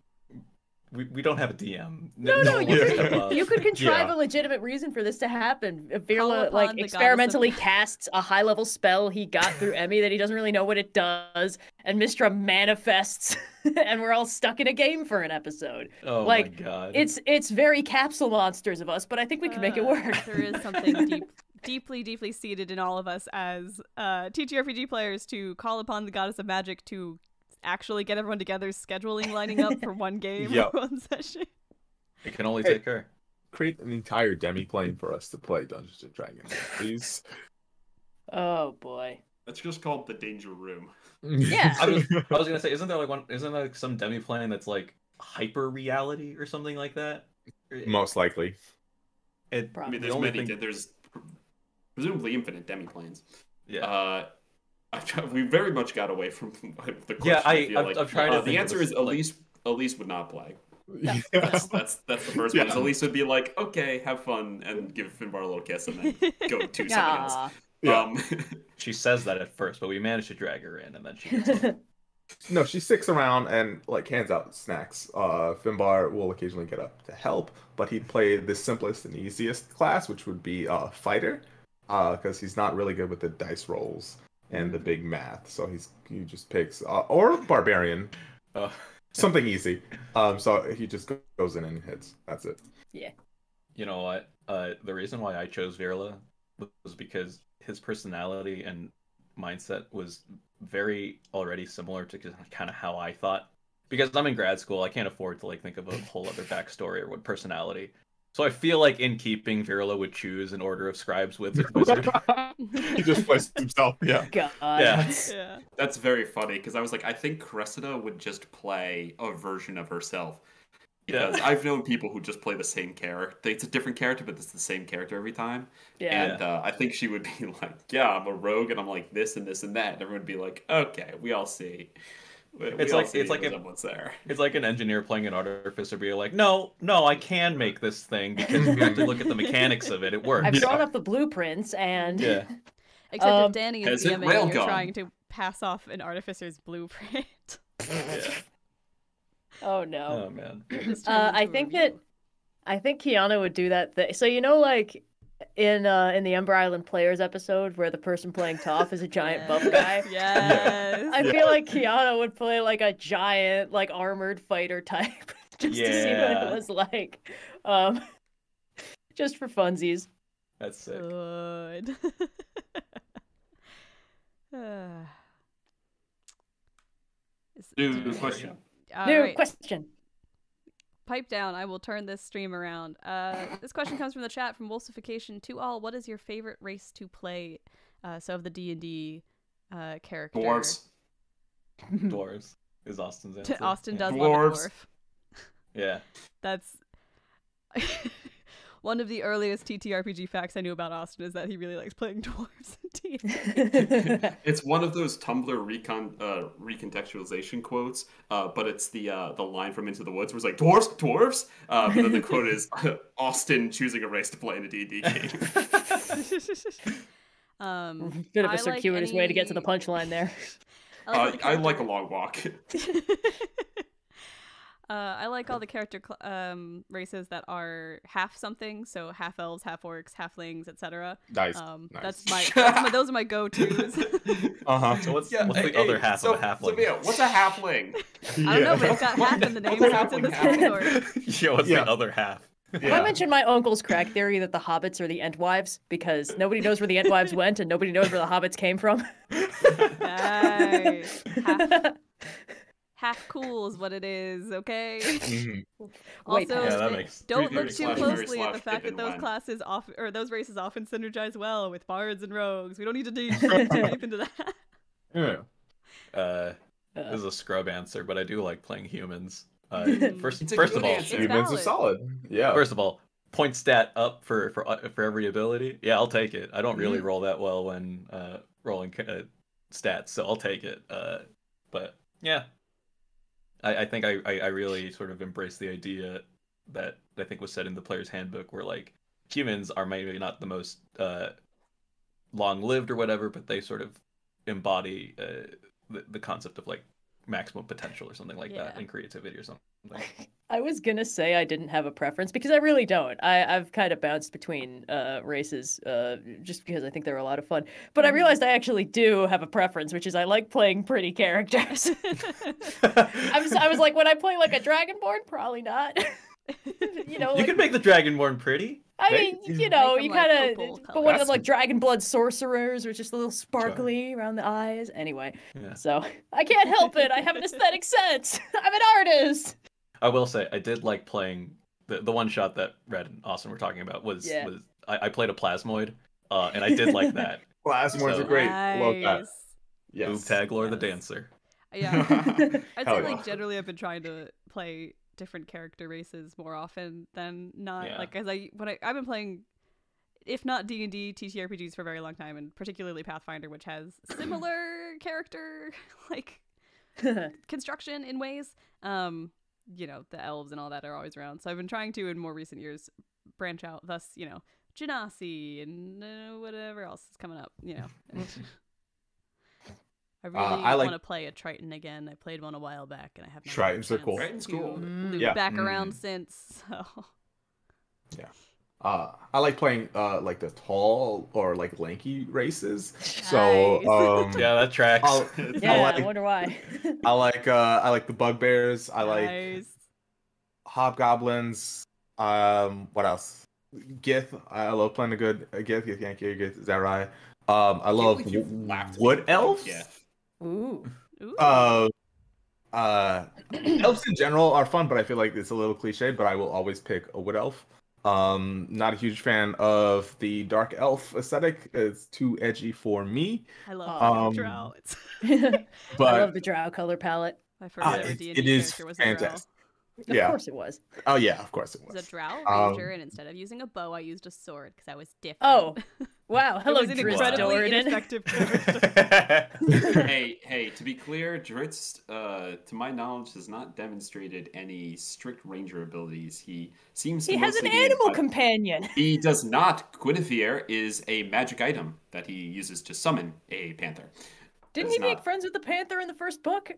we, we don't have a DM.
No, no,
one
you
could-
step up.
You could contrive
Yeah.
a legitimate reason for this to happen. If
Call
Virla
upon the
like
goddess of-
experimentally casts a high level spell he got through Emmy that he doesn't really know what it does, and Mistra manifests, and we're all stuck in a game for an episode.
Oh my
like,
god.
It's it's very capsule monsters of us, but I think we can make it
Uh,
work.
there is something deep, deeply, deeply seated in all of us as uh, TTRPG players to call upon the goddess of magic to actually get everyone together, scheduling lining up for one game,
Yep.
one session.
it can only
Hey.
take her.
Create an entire demi plane for us to play Dungeons and Dragons, please.
Oh boy.
That's just called the Danger Room.
Yeah.
I was, I was gonna say, isn't there like one? Isn't there like some demi plane that's like hyper reality or something like that?
Most likely.
It,
I
Probably.
mean,
the
there's
only
many.
thing-
There's presumably infinite demiplanes.
yeah.
Uh, I- we very much got away from the question.
Yeah, I-
feel
I'm-
like.
I'm trying to
Uh,
think
the
of
answer
this,
is
like-
Elise. Elise would not play.
No.
That's that's, that's the first one.
Yeah.
Is Elise would be like, okay, have fun, and give Finbar a little kiss, and then go do something else.
Aw.
Yeah.
Um,
she says that at first, but we managed to drag her in, and then she.
No, she sticks around and like hands out snacks. Uh, Finbar will occasionally get up to help, but he'd play the simplest and easiest class, which would be uh, fighter, because he's not really good with the dice rolls and the big math. So he's he just picks uh, or barbarian,
Uh,
something easy. Um, so he just go- goes in and hits. That's it.
you know what? Uh, the reason why I chose Virla was because his personality and mindset was very already similar to kind of how I thought. Because I'm in grad school, I can't afford to like think of a whole other backstory or what personality. So I feel like in keeping, Virla would choose an order of scribes with wizard.
he just plays himself. Yeah.
God.
yeah.
Yeah.
that's very funny because I was like, I think Cressida would just play a version of herself. Because
Yeah.
I've known people who just play the same character. It's a different character, but it's the same character every time.
Yeah.
And uh, I think she would be like, "Yeah, I'm a rogue, and I'm like this and this and that." And everyone would be like, "Okay, we all see." We,
It's like- it's like if-
what's there.
It's like an engineer playing an artificer being like, no, no, I can make this thing because if you actually look at the mechanics of it, it works.
I've drawn up the blueprints and
yeah.
Except
Um,
if Danny
Has
is
it
DMing, and you're
railgun?
trying to pass off an artificer's blueprint.
yeah.
oh no.
Oh man.
This turns
Uh,
into
I
a
think
review.
I think Kiana would do that thing. So you know, like in uh, in the Ember Island Players episode where the person playing Toph is a giant buff guy.
Yes. Yes.
I feel like Keanu would play like a giant, like armored fighter type, just to see what it
Yeah.
was like, um, just for funsies.
That's sick.
Oh. Good. Uh, is-
New
do-
question.
All
New
right.
question.
Pipe down. I will turn this stream around. Uh, this question comes from the chat from Wolfification to all. What is your favorite race to play? Uh, so of the D and D uh, character,
Dwarves.
Dwarves is Austin's answer.
Austin
yeah.
does love a
Dwarves.
dwarf.
Yeah.
That's one of the earliest TTRPG facts I knew about Austin is that he really likes playing dwarves in D.
It's one of those Tumblr recon uh, recontextualization quotes, uh, but it's the uh, the line from Into the Woods where it's like dwarves, dwarves. Uh, but then the quote is Austin choosing a race to play in a D and D game.
um,
Bit of
I
a
like
circuitous way to get to the
any-
punchline there.
I
Uh,
like, all
I
the
like a long walk.
character- Uh, I like all the character cl- um, races that are half something, so half elves, half orcs, halflings, etc.
Nice.
Um,
nice.
That's my, that's my those are my go tos.
Uh huh.
Uh-huh.
Oh, So what's, what's the other half
so,
of a halfling?
Sophia, what's a halfling?
I don't know, but it's got half in the name, so
What's
it's in this
happening now?
category.
yeah, what's
Yeah.
the other half?
I mentioned my uncle's crack theory that the hobbits are the Entwives because nobody knows where the Entwives went and nobody knows where the hobbits came from.
Nice. Half, half cool is what it is, okay?
Mhm.
Way
Also,
Yeah,
past
that
it-
makes.
don't
Creepy
look
Mary
too
slash Mary
closely at
slash
the fact that
Pippin
those
one.
classes often or those races often synergize well with bards and rogues. We don't need to dig too deep into that.
Yeah.
Uh,
Uh,
this is a scrub answer, but I do like playing humans. Uh,
Mhm.
first,
It's a
first
good
of all,
answer.
Humans
valid.
are solid.
Oh.
Yeah.
first of all, point stat up for for uh, for every ability. Yeah, I'll take it. I don't really
Mm-hmm.
roll that well when uh rolling uh, stats, so I'll take it. Uh, but yeah, I, I think I, I I really sort of embrace the idea that I think was said in the player's handbook, where like humans are maybe not the most uh long lived or whatever, but they sort of embody uh, the, the concept of like maximum potential or something like that
Yeah.
in creativity or something.
I was gonna say I didn't have a preference because I really don't. I, I've kind of bounced between uh, races uh, just because I think they're a lot of fun. But I
Mhm.
realized I actually do have a preference, which is I like playing pretty characters. I was I was like when I play like a dragonborn, probably not. you know,
you
like,
can make the dragonborn pretty.
I
Right?
mean, you know,
Make
you
'em, like,
kind
opal
of, but one of them
colours.
like dragon blood sorcerers, which is a little sparkly around the eyes. Anyway,
Yeah.
so I can't help it. I have an aesthetic sense. I'm an artist.
I will say I did like playing the the one shot that Red and Austin were talking about was
Yeah.
was I, I played a plasmoid, uh, and I did like that.
Plasmoids
So-
are great. Love that.
Nice.
Boob
Yes.
tag lore the
Yes.
dancer.
Yeah. I'd
Hell
say
yeah.
like generally I've been trying to play different character races more often than not.
Yeah.
Like as I when I I've been playing if not D and D TTRPGs for a very long time, and particularly Pathfinder, which has similar character like construction in ways. Um, you know the elves and all that are always around. So I've been trying to in more recent years branch out. Thus, you know Genasi and uh, whatever else is coming up. You know. I really
Uh, I like-
want to play a Triton again. I played one a while back, and I have not had a
Tritons are cool.
chance
Triton's cool.
to
Mm.
loop
Yeah.
back
Mm.
around since. So.
Uh, I like playing uh like the tall or like lanky races. So um
Nice.
Yeah, that tracks.
I'll-
yeah,
I
I
like
wonder why.
I like uh I like the bugbears. I like
Nice.
hobgoblins. Um, what else? Gith. I love playing a good a Gith. Gith Yankee. Gith Zerai. Um, I love
Can't believe you've laughed at
wood
me.
elves.
Yeah.
Ooh,
Ooh.
Uh, uh, elves in general are fun, but I feel like it's a little cliche. But I will always pick a wood elf. Um, not a huge fan of the dark elf aesthetic. It's too edgy for me.
I love
um,
Drow. It's
I love
But
the drow color palette.
my first
Ah,
ever
it-
D&D
it is
character was
fantastic.
Of
yeah.
course it was.
Oh yeah, of course
a
it
drow. It was
was.
a drow
Um,
ranger, and instead of using a bow, I used a sword because I was different.
Oh, wow.
It
Hello,
was an
Drizzt
incredibly
Doradin.
ineffective character.
hey, hey, to be clear, Dritz, uh, to my knowledge, has not demonstrated any strict ranger abilities. He seems
He
to
has an
mostly be
animal
entitled-
companion.
He does not. Guinevere is a magic item that he uses to summon a panther.
Didn't
Does
he make
not.
friends with the panther in the first book?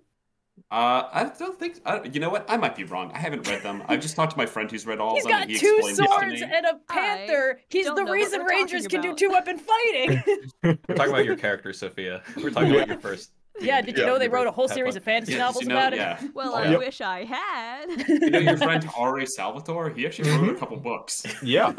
Uh, I don't think. I, you know what? I might be wrong. I haven't read them. I've just talked to my friend who's read all
He's
of them.
got
and he
two
explained it
swords
to me.
and a panther. He's
don't
the
know what
reason
we're talking
Rangers can do
about.
two weapon fighting.
We're talking about your character, Sophia. We're talking about your first.
yeah, did you
Yeah,
know they
you
wrote a whole
have
series
fun.
of fantasy
Yeah,
novels
you know,
about it?
yeah.
Well, I
Yep.
wish I had.
You know your friend Ari Salvatore? He actually
Mm-hmm.
wrote a couple books.
Yeah.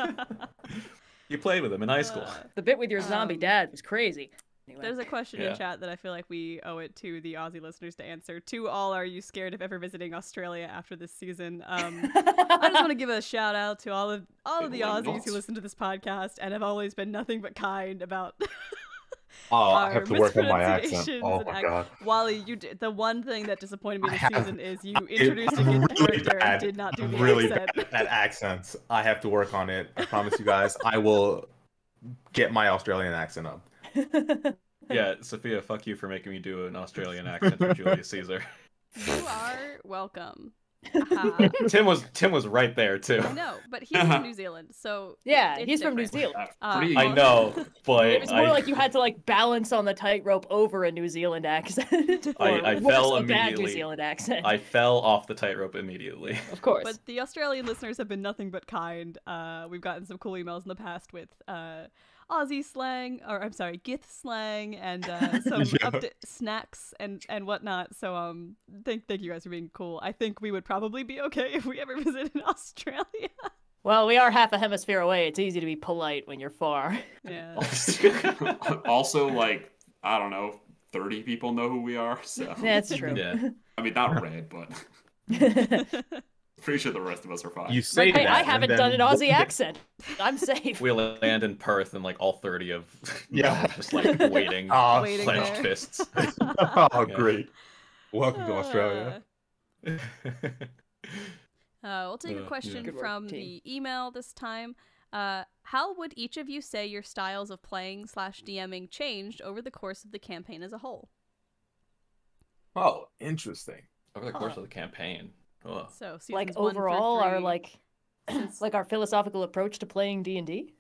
You played with him in high school.
Uh,
The bit with your zombie
Um,
dad was crazy. Anyway.
There's a question
Yeah.
in chat that I feel like we owe it to the Aussie listeners to answer. To all, are you scared of ever visiting Australia after this season? Um, I just want to give a shout out to all of all of the
Why
Aussies
not?
who listen to this podcast and have always been nothing but kind about.
Oh,
Our
I have to work on my accent.
mispronunciations
Oh
and
my
ac-
god.
Wally, you d the one thing that disappointed me
I
this
have-
season is you introduced a
really
good character
bad.
and did not do the
really
accent.
bad at accents. I have to work on it. I promise you guys, I will get my Australian accent up.
Yeah, Sophia, fuck you for making me do an Australian accent for Julius Caesar.
You are welcome. Aha.
Tim was Tim was right there too.
no, but he's
Uh-huh.
from New Zealand, so
yeah,
It's
he's from New
different.
Zealand.
Uh,
Uh,
pretty-
I know, but
It was more
I,
like you had to like balance on the tightrope over a New Zealand accent.
I-
or
I
worse,
fell
a bad New
immediately.
Zealand accent,
I fell off the tightrope immediately.
of course.
But the Australian listeners have been nothing but kind. Uh, we've gotten some cool emails in the past with uh, Aussie slang, or I'm sorry, Gith slang, and uh, some
Yeah.
upda- snacks and, and whatnot. So um, thank thank you guys for being cool. I think we would probably be okay if we ever visited Australia.
Well, we are half a hemisphere away. It's easy to be polite when you're far.
yeah.
also, like, I don't know, 30 people know who we are. So,
That's true.
yeah.
I mean, not red, but
like,
pretty sure the rest of us are fine.
You say
hey,
that.
I
and
haven't
then-
done an Aussie accent. I'm safe.
We land in Perth and like all thirty of
Yeah.
just like waiting,
Oh,
Waiting
fuck.
clenched
there.
fists.
oh,
Yeah.
great. Welcome to Australia.
Uh, we'll take
Uh,
a
yeah.
question
Good work,
from
team.
the email this time. Uh, how would each of you say your styles of playing slash DMing changed over the course of the campaign as a whole?
Uh.
Oh, interesting.
Over the course of the campaign. Ugh.
So, seasons
like
one through
overall, our
three.
like, like our philosophical approach to playing D and D.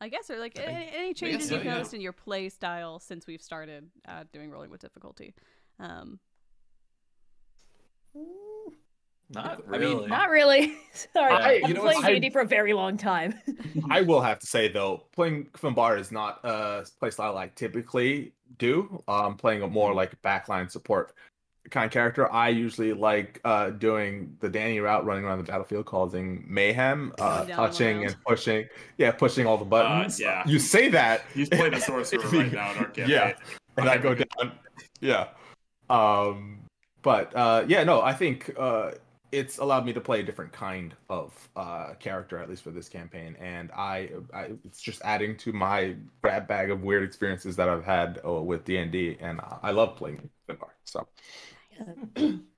I guess, or like
I-
any, any changes
so,
you've
yeah.
noticed in your play style since we've started uh, doing rolling with difficulty. Um,
Not
I mean,
really.
Not really. Sorry,
I-
I've
you
been
know,
playing
I-
D and D for a very long time.
I will have to say though, playing Kvambar is not a playstyle I typically do. Um, playing a
Mm-hmm.
more like backline support kind of character. I usually like uh doing the Danny route, running around the battlefield, causing mayhem, uh,
Going down and
touching and
around.
pushing. Yeah, pushing all the buttons.
Uh, yeah.
You say that,
He's playing a sorcerer right now in our campaign.
Yeah. and I
Okay.
go down. Yeah. Um, but uh, yeah, no, I think uh, it's allowed me to play a different kind of uh, character, at least for this campaign, and I, I it's just adding to my grab bag of weird experiences that I've had uh, with D and D, and I- I love playing Finbar. So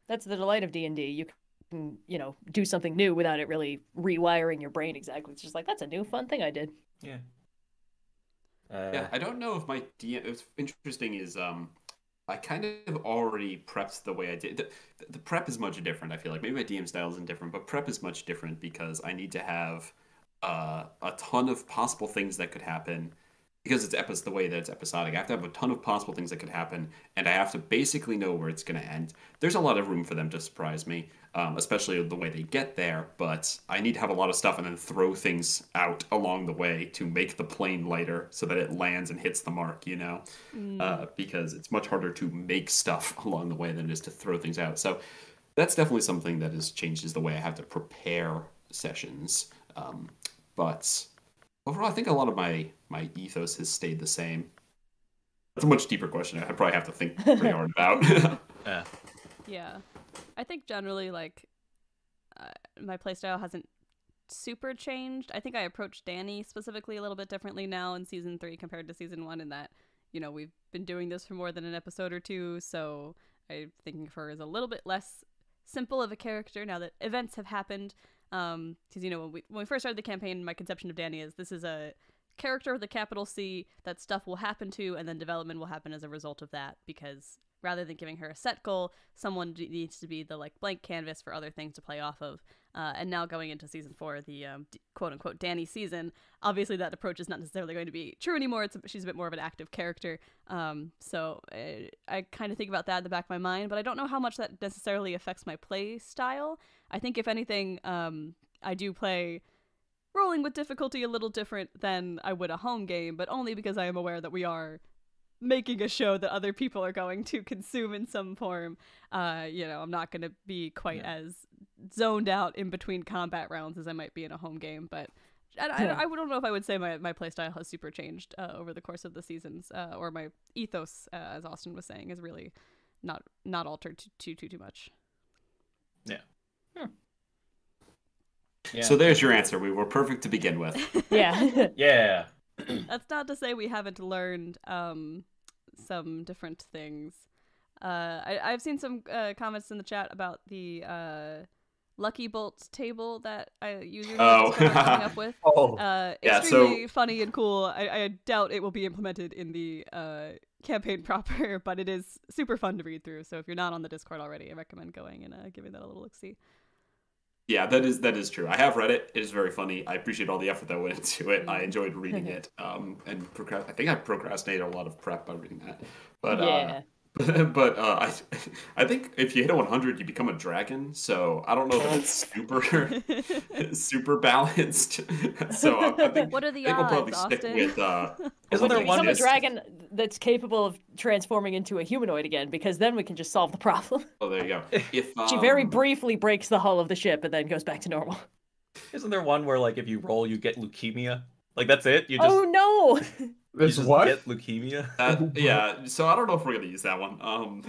That's the delight of D and D. You can, you know, do something new without it really rewiring your brain exactly. It's just like that's a new fun thing I did.
yeah.
Yeah,
Uh,
I don't know if my DM. It's interesting. Is um, I kind of already prepped the way I did. The, the prep is much different. I feel like maybe my DM style isn't different, but prep is much different because I need to have uh, a ton of possible things that could happen because it's epis the way that it's episodic. I have to have a ton of possible things that could happen, and I have to basically know where it's going to end. There's a lot of room for them to surprise me, um, especially the way they get there. But I need to have a lot of stuff and then throw things out along the way to make the plane lighter so that it lands and hits the mark. You know, uh, because it's much harder to make stuff along the way than it is to throw things out. So that's definitely something that has changed is the way I have to prepare sessions. Um, but overall, I think a lot of my my ethos has stayed the same. That's a much deeper question. I probably have to think pretty hard about.
yeah.
yeah, I think generally like uh, my playstyle hasn't super changed. I think I approach Danny specifically a little bit differently now in season three compared to season one, in that you know we've been doing this for more than an episode or two, so I'm thinking of her as a little bit less simple of a character now that events have happened. Because you know when we when we first started the campaign, my conception of Danny is this is a character with a capital C that stuff will happen to, and then development will happen as a result of that because rather than giving her a set goal, someone d- needs to be the like blank canvas for other things to play off of. Uh, and now going into season four, the um, d- quote unquote Danny season, obviously that approach is not necessarily going to be true anymore. It's she's a bit more of an active character. Um, so I, I kind of think about that in the back of my mind, but I don't know how much that necessarily affects my play style. I think if anything, um, I do play rolling with difficulty a little different than I would a home game, but only because I am aware that we are making a show that other people are going to consume in some form. Uh, you know, I'm not going to be quite
Yeah.
as zoned out in between combat rounds as I might be in a home game, but. I, I,
Yeah.
I don't know if I would say my, my playstyle has super changed uh, over the course of the seasons, uh, or my ethos, uh, as Austin was saying, is really not not altered too too too, too much.
Yeah.
So there's your answer. We were perfect to begin with.
Yeah.
yeah.
That's not to say we haven't learned um, some different things. Uh, I, I've seen some uh, comments in the chat about the uh, Lucky Bolt table that I usually
Oh.
coming up with.
Oh,
Um,
Uh,
Yeah, so-
extremely funny and cool. I, I doubt it will be implemented in the uh, campaign proper, but it is super fun to read through. So if you're not on the Discord already, I recommend going and uh, giving that a little look see.
Yeah, that is that is true. I have read it. It is very funny. I appreciate all the effort that went into it. I enjoyed reading it. Um, and procrast- I think I procrastinated a lot of prep by reading that. But
Yeah.
uh, but uh, I I think if you hit a 100, you become a dragon. So I don't know that it's super super balanced. so I, I think
What are
I
the
think we'll probably
odds,
stick
Austin?
with. Uh,
Isn't there
Olympic
one-
Become a
Disc.
dragon that's capable of transforming into a humanoid again, because then we can just solve the problem.
Oh, there you go. If um,
She very briefly breaks the hull of the ship and then goes back to normal.
Isn't there one where like if you roll you get leukemia? Like that's it? You just,
Oh no!
you
this
just
what?
get leukemia?
That, uh, yeah, so I don't know if we're gonna use that one. Um,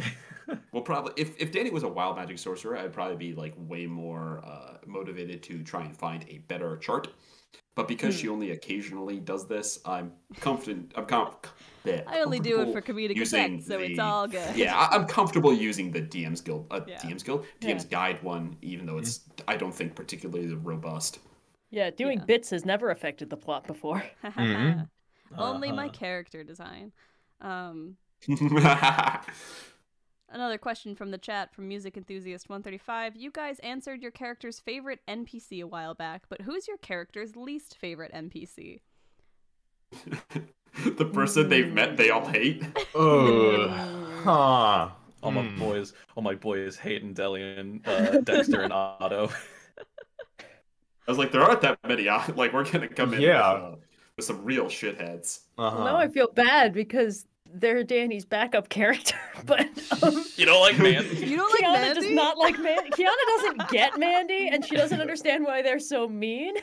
we'll probably if, if Danny was a wild magic sorcerer, I'd probably be like way more uh, motivated to try and find a better chart. But because
Hmm.
she only occasionally does this, I'm confident. I'm com- bleh,
I only do it for
comfortable
comedic
using
effect, so it's
the-
all good.
Yeah, I, I'm comfortable using the DM's guild, uh,
Yeah.
DM's guild, DM's guide one, even though it's I don't think particularly robust.
Yeah, doing
Yeah.
bits has never affected the plot before.
Mhm.
Only my
Uh-huh.
character design. Um, Another question from the chat from Music Enthusiast 135. You guys answered your character's favorite NPC a while back, but who's your character's least favorite NPC?
the person they've met, they all hate.
Ugh. huh.
All my
Hmm.
boys, all my boys, Hayden, Delian, uh, Dexter, and Otto.
I was like, there aren't that many. uh, Like, we're gonna come in
Yeah.
with, uh, with some real shitheads.
Uh.
Uh-huh.
Well, now I feel bad because they're Danny's backup character, but um,
You don't like man?
You don't like
Kiana
Mandy?
does not like Mandy. Kiana doesn't get Mandy, and she doesn't understand why they're so mean.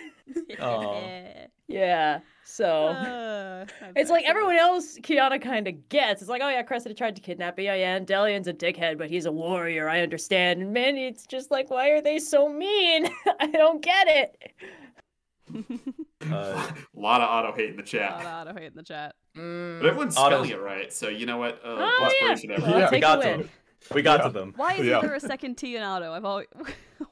Aw.
Yeah, so
Uh,
it's like everyone else. Kiana kind of gets. It's like, oh yeah, Cressida tried to kidnap me. I am. Delian's a dickhead, but he's a warrior. I understand. And Mandy, it's just like, why are they so mean? I don't get it.
Uh,
a lot of auto hate in the chat,
Not auto hate in the chat.
but everyone's
Auto's-
spelling it right. So you know what? Uh,
Oh,
plus
yeah.
version ever.
Well, I'll
Yeah,
we
take
got
the
to
win.
them. We got
Yeah.
to them.
Why isn't
Yeah.
there a second T in auto? I've always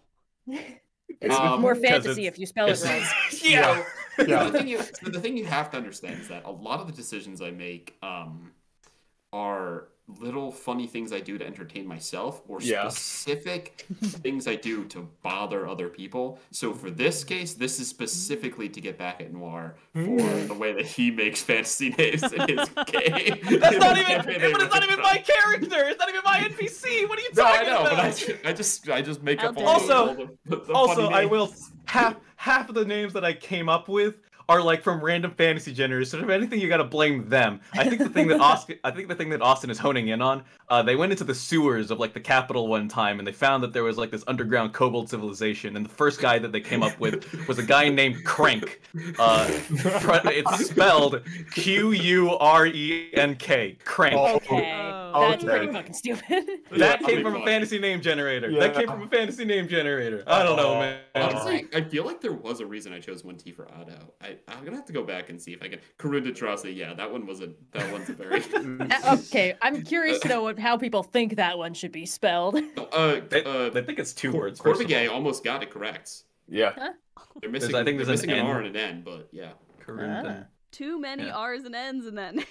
It's
Um,
more
'cause
fantasy
it's-
if you spell it
it's-
right.
yeah.
Yeah.
The, thing you, so the thing you have to understand is that a lot of the decisions I make um, are little funny things I do to entertain myself or
Yeah.
specific things I do to bother other people. So for this case, this is specifically to get back at Noir for the way that he makes fantasy names in his game.
That's not even. But it's not even my character. It's not even my NPC. What are you
No, I
talking
know, but I
about?
just, I just, I just make up
I'll
all
do it. Also-
the, all the, the
also,
funny
I
names.
will half half of the names that I came up with are like from random fantasy generators. So if anything, you gotta blame them. I think the thing that Austin, I think the thing that Austin is honing in on, uh, they went into the sewers of like the capital one time, and they found that there was like this underground kobold civilization, and the first guy that they came up with was a guy named Crank. Uh, pr- it's spelled Q U R E N K. Crank.
Oh,
Okay,
Oh.
that's
Okay.
pretty fucking stupid.
That
Yeah,
came
pretty
from a
much.
fantasy name generator. That
Yeah.
came from a fantasy name generator. I don't know, man.
Honestly, I feel like there was a reason I chose one T for Otto. I, I'm gonna have to go back and see if I can. Corinda Trossi, yeah, that one was a that one's a very.
Uh, okay, I'm curious to know what, how people think that one should be spelled.
uh, uh,
They, they think it's two
Cor-
words. first of
Corvigay almost got it correct.
Yeah.
They're missing.
I think
they're
there's
missing
an
an,
N.
R and an N, but yeah.
Ah.
all. Corinthian.
Too many
Yeah.
Um, R's and N's in that name.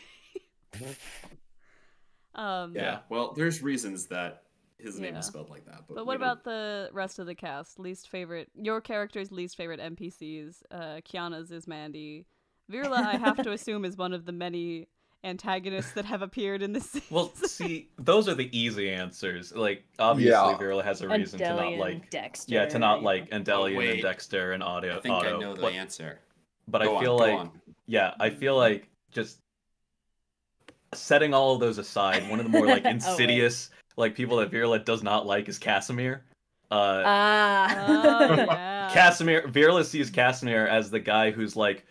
Um,
Yeah. Well, there's reasons that his name
Yeah.
is spelled like that. But,
But
we
what
don't-
about the rest of the cast? Least favorite, your character's least favorite NPCs. Uh, Kiana's is Mandy. Virla, I have to assume, is one of the many antagonists that have appeared in this season.
Well, see, those are the easy answers. Like, obviously,
Yeah.
Virla has a reason to
Delian,
not like.
Dexter.
Yeah, to not like
Oh,
Endelian
wait.
and Dexter and Audio.
I think
Otto,
I know the
but,
answer.
but
Go
I
on,
feel
go
like
on.
yeah, I feel like just setting all of those aside, one of the more like
Oh, wait.
insidious like people that Virla does not like is Casimir. Uh,
Oh,
Ah.
yeah.
Casimir Virla sees Casimir as the guy who's like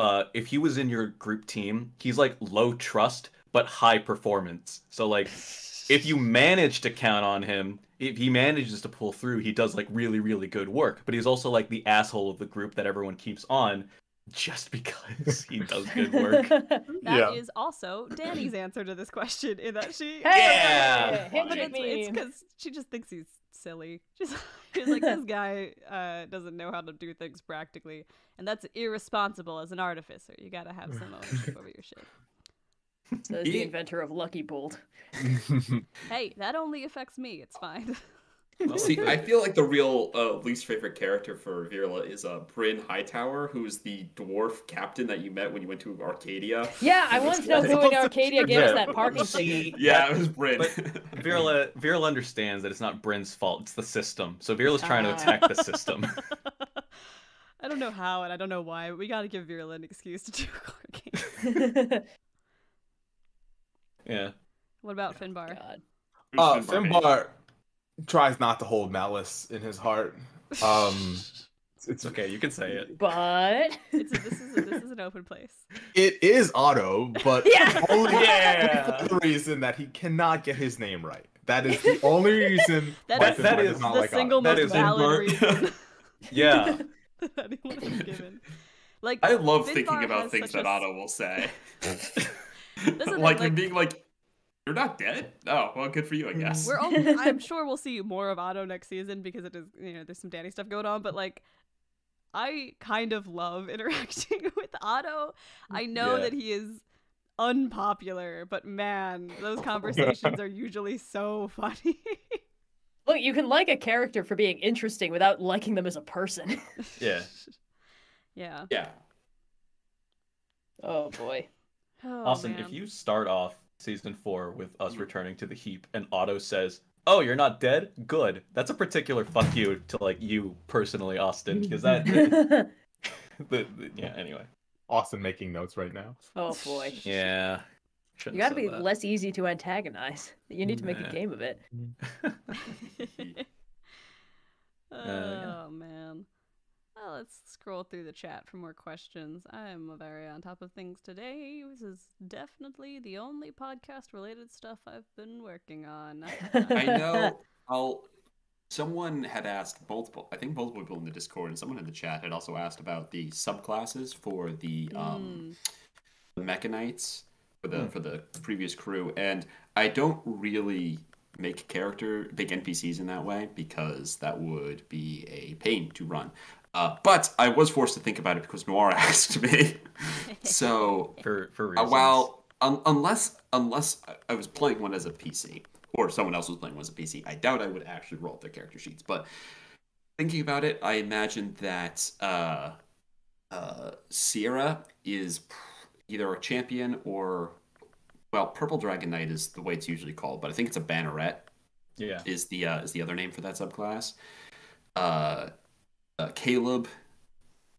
uh if he was in your group team, he's like low trust but high performance. So like if you manage to count on him, if he manages to pull through, he does like really really good work, but he's also like the asshole of the group that everyone keeps on just because he does good work.
That
Yeah.
is also Danny's answer to this question in that she.
Yeah.
Hey,
But
look at
it's-
me.
it's because she just thinks he's silly. She's, she's like, this guy uh, doesn't know how to do things practically, and that's irresponsible as an artificer. You gotta have some ownership over your shit.
Says the inventor of Lucky Bolt.
Hey, that only affects me. It's fine.
Oh,
See, I feel like the real uh, least favorite character for Virla is uh, Bryn Hightower, who's the dwarf captain that you met when you went to Arcadia.
Yeah, I want to know who in Arcadia gave us
Yeah.
that parking ticket.
See,
Yeah, it was Bryn.
But Virla Virla understands that it's not Bryn's fault, it's the system. So Virla's trying
Ah.
to attack the system.
I don't know how and I don't know why, but we gotta give Virla an excuse to do a card game.
yeah.
What about Finbar?
God.
Uh,
Um,
Finbar tries not to hold malice in his heart. Um,
It's okay, you can say it.
But
It's a, this is a, this is an open place.
it is Otto, but
Yeah.
only
Yeah.
for the reason that he cannot get his name right. That is the only reason.
That
why
is
Finbar
that
does
is
not
the
like Otto.
single
That
most
is
valid reason
Yeah.
that anyone has given. Like
I love
Finbar
thinking about
has
things
such
that
a s-
Otto will say.
the thing,
like him
like-
being like, "You're not dead." Oh, well, good for you, I guess.
We're all, I'm sure we'll see more of Otto next season because it is you know there's some Danny stuff going on, but like I kind of love interacting with Otto. I know
Yeah.
that he is unpopular, but man, those conversations are usually so funny.
look, you can like a character for being interesting without liking them as a person.
Yeah.
yeah.
Yeah.
Oh boy.
Oh,
Austin,
man. Mm.
if you start off season four with us returning to the heap and Otto says, Oh, you're not dead? Good. That's a particular fuck you to like you personally, Austin. Because that the,
oh
the- yeah, anyway.
Austin making notes right now.
boy.
Yeah.
You gotta be less easy to antagonize. You need to make a
Yeah.
game of it.
oh
Uh, yeah.
man. Well, let's scroll through the chat for more questions. I'm very on top of things today. This is definitely the only podcast related stuff I've been working on.
I know. I'll. Someone had asked multiple. I think multiple people in the Discord and someone in the chat had also asked about the subclasses for the
Hmm.
um, the Mechanites for the for the previous crew, and I don't really make character make NPCs in that way because that would be a pain to run. Uh, but I was forced to think about it because Noir asked me, so
for for
uh,
reasons.
well, un- unless unless I- I was playing one as a PC or someone else was playing one as a PC, I doubt I would actually roll up their character sheets. But thinking about it, I imagine that uh, uh, Sierra is pr- either a champion or well, Purple Dragon Knight is the way it's usually called, but I think it's a banneret
yeah.
is the uh, is the other name for that subclass. Uh, uh, Caleb.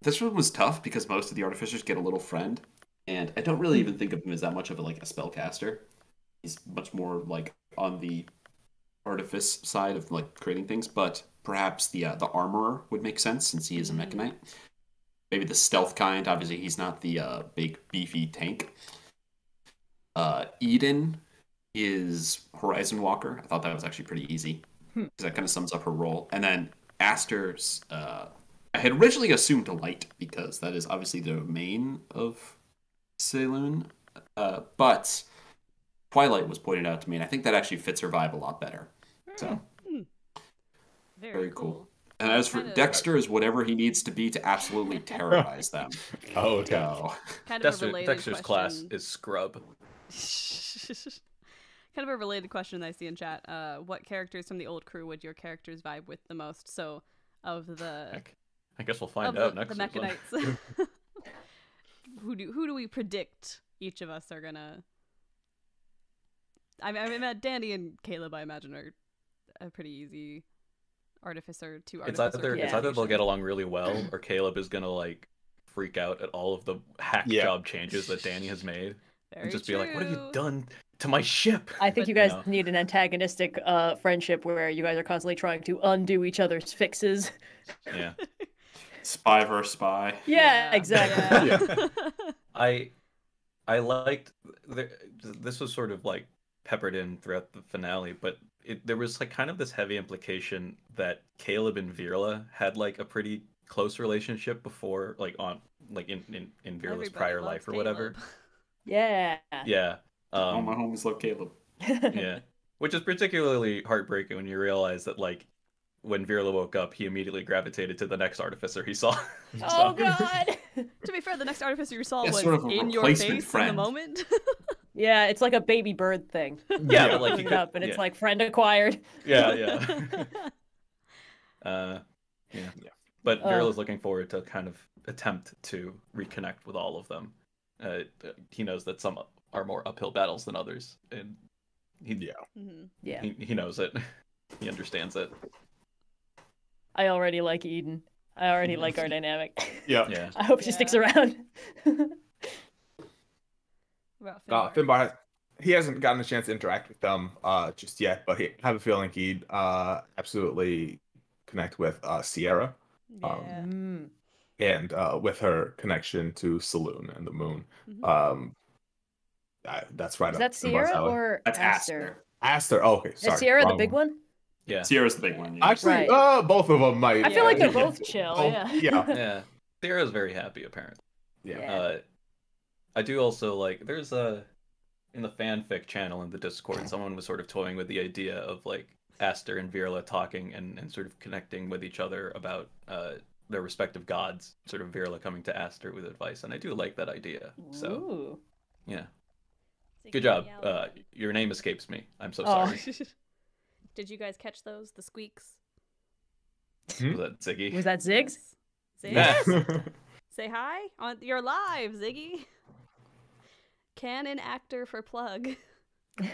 This one was tough because most of the artificers get a little friend, and I don't really even think of him as that much of a, like a spellcaster. He's much more like on the artifice side of like creating things, but perhaps the uh, the armorer would make sense since he is a
Mm.
mechanite. Maybe the stealth kind. Obviously, he's not the uh, big beefy tank. Uh, Eden is Horizon Walker. I thought that was actually pretty easy because that kind of sums up her role. And then Aster's, uh, I had originally assumed Delight because that is obviously the domain of Saloon, uh, but Twilight was pointed out to me, and I think that actually fits her vibe a lot better. So
Very,
very cool. And as for Dexter, is whatever he needs to be to absolutely terrorize them.
Oh,
So,
Kind of a
Dexter,
related
Dexter's class
question.
is scrub.
kind of a related question that I see in chat. Uh, what characters from the old crew would your characters vibe with the most? So, of the
Heck, I guess we'll
of
find
the,
out
the
next season.
Mechanites, who do who do we predict each of us are gonna? I mean, I mean, uh, Danny and Caleb, I imagine, are a pretty easy artificer to
It's
artificer.
either it's
Yeah.
either they'll get along really well, or Caleb is gonna like freak out at all of the hack
Yeah.
job changes that Danny has made,
Very
and just be like, "What have you
true.
done to my ship?"
I think
But-
you guys
Yeah.
need an antagonistic uh, friendship where you guys are constantly trying to undo each other's fixes.
yeah,
Spy versus spy.
Yeah, exactly.
Yeah.
I I liked there, this was sort of like peppered in throughout the finale, but it, there was like kind of this heavy implication that Caleb and Virla had like a pretty close relationship before, like on like in in, in Virla's
Everybody
prior
loves
life or whatever.
Caleb.
Yeah.
Yeah.
All
Um,
my homies love Caleb.
yeah. Which is particularly heartbreaking when you realize that like when Virla woke up, he immediately gravitated to the next artificer he saw.
oh god.
To be fair, the next artificer you saw
Yeah,
was
sort of a
in your
replacement
face in
friend.
the moment.
yeah, it's like a baby bird thing.
yeah, but, like he
Like
could,
up and it's
yeah,
like friend acquired.
yeah, yeah. Uh, yeah.
Yeah.
But
Oh.
Viril is looking forward to kind of attempt to reconnect with all of them. Uh, he knows that some are more uphill battles than others, and he
Yeah.
Mhm.
Yeah.
he, he knows it. He understands it.
I already like Eden. I already like our dynamic.
Yeah.
Yeah.
I hope she sticks
Yeah.
around.
What
Uh,
about Finbar?
Finbar, he hasn't gotten a chance to interact with them uh, just yet, but he, I have a feeling he'd uh, absolutely connect with uh, Sierra um,
Yeah.
Mm.
and uh, with her connection to Saloon and the Moon.
Mhm.
Um, I, that's right.
Mm-hmm. Is
up
that
Finbar's
Sierra
alley.
or
That's Aster.
Aster?
Aster? Oh, okay, sorry.
Is Sierra the
wrong
big
one.
one?
Yeah.
Sierra's the big one. yeah.
Actually,
Right.
uh, both of them might.
I feel like they're
Yeah.
both chill.
Oh,
yeah.
yeah.
Yeah. Sarah's very happy, apparently.
Yeah.
Yeah.
Uh, I do also like there's a in the fanfic channel in the Discord, someone was sort of toying with the idea of like Aster and Virla talking and, and sort of connecting with each other about uh, their respective gods. Sort of Virla coming to Aster with advice, and I do like that idea. So
Ooh.
yeah,
It's like
good job.
meow.
Uh, your name escapes me. I'm so
Oh.
sorry.
Did you guys catch those? The squeaks.
Hmm?
Was that Ziggy?
Was that Ziggs?
Say,
Yeah.
Mm-hmm.
say hi. On, you're live, Ziggy. Canon actor for plug.
All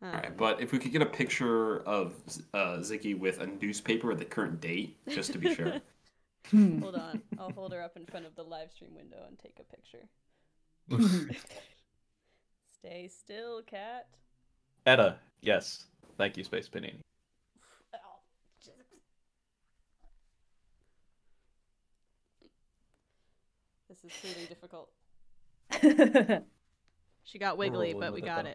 right,
Um,
but if we could get a picture of uh, Ziggy with a newspaper at the current date, just to be sure.
Hmm.
Hold on. I'll hold her up in front of the live stream window and take a picture. Stay still, cat.
Etta. Yes. Thank you, Space Panini.
Oh, This is truly difficult.
good,
She got wiggly,
rolling
but we
with it,
got
though.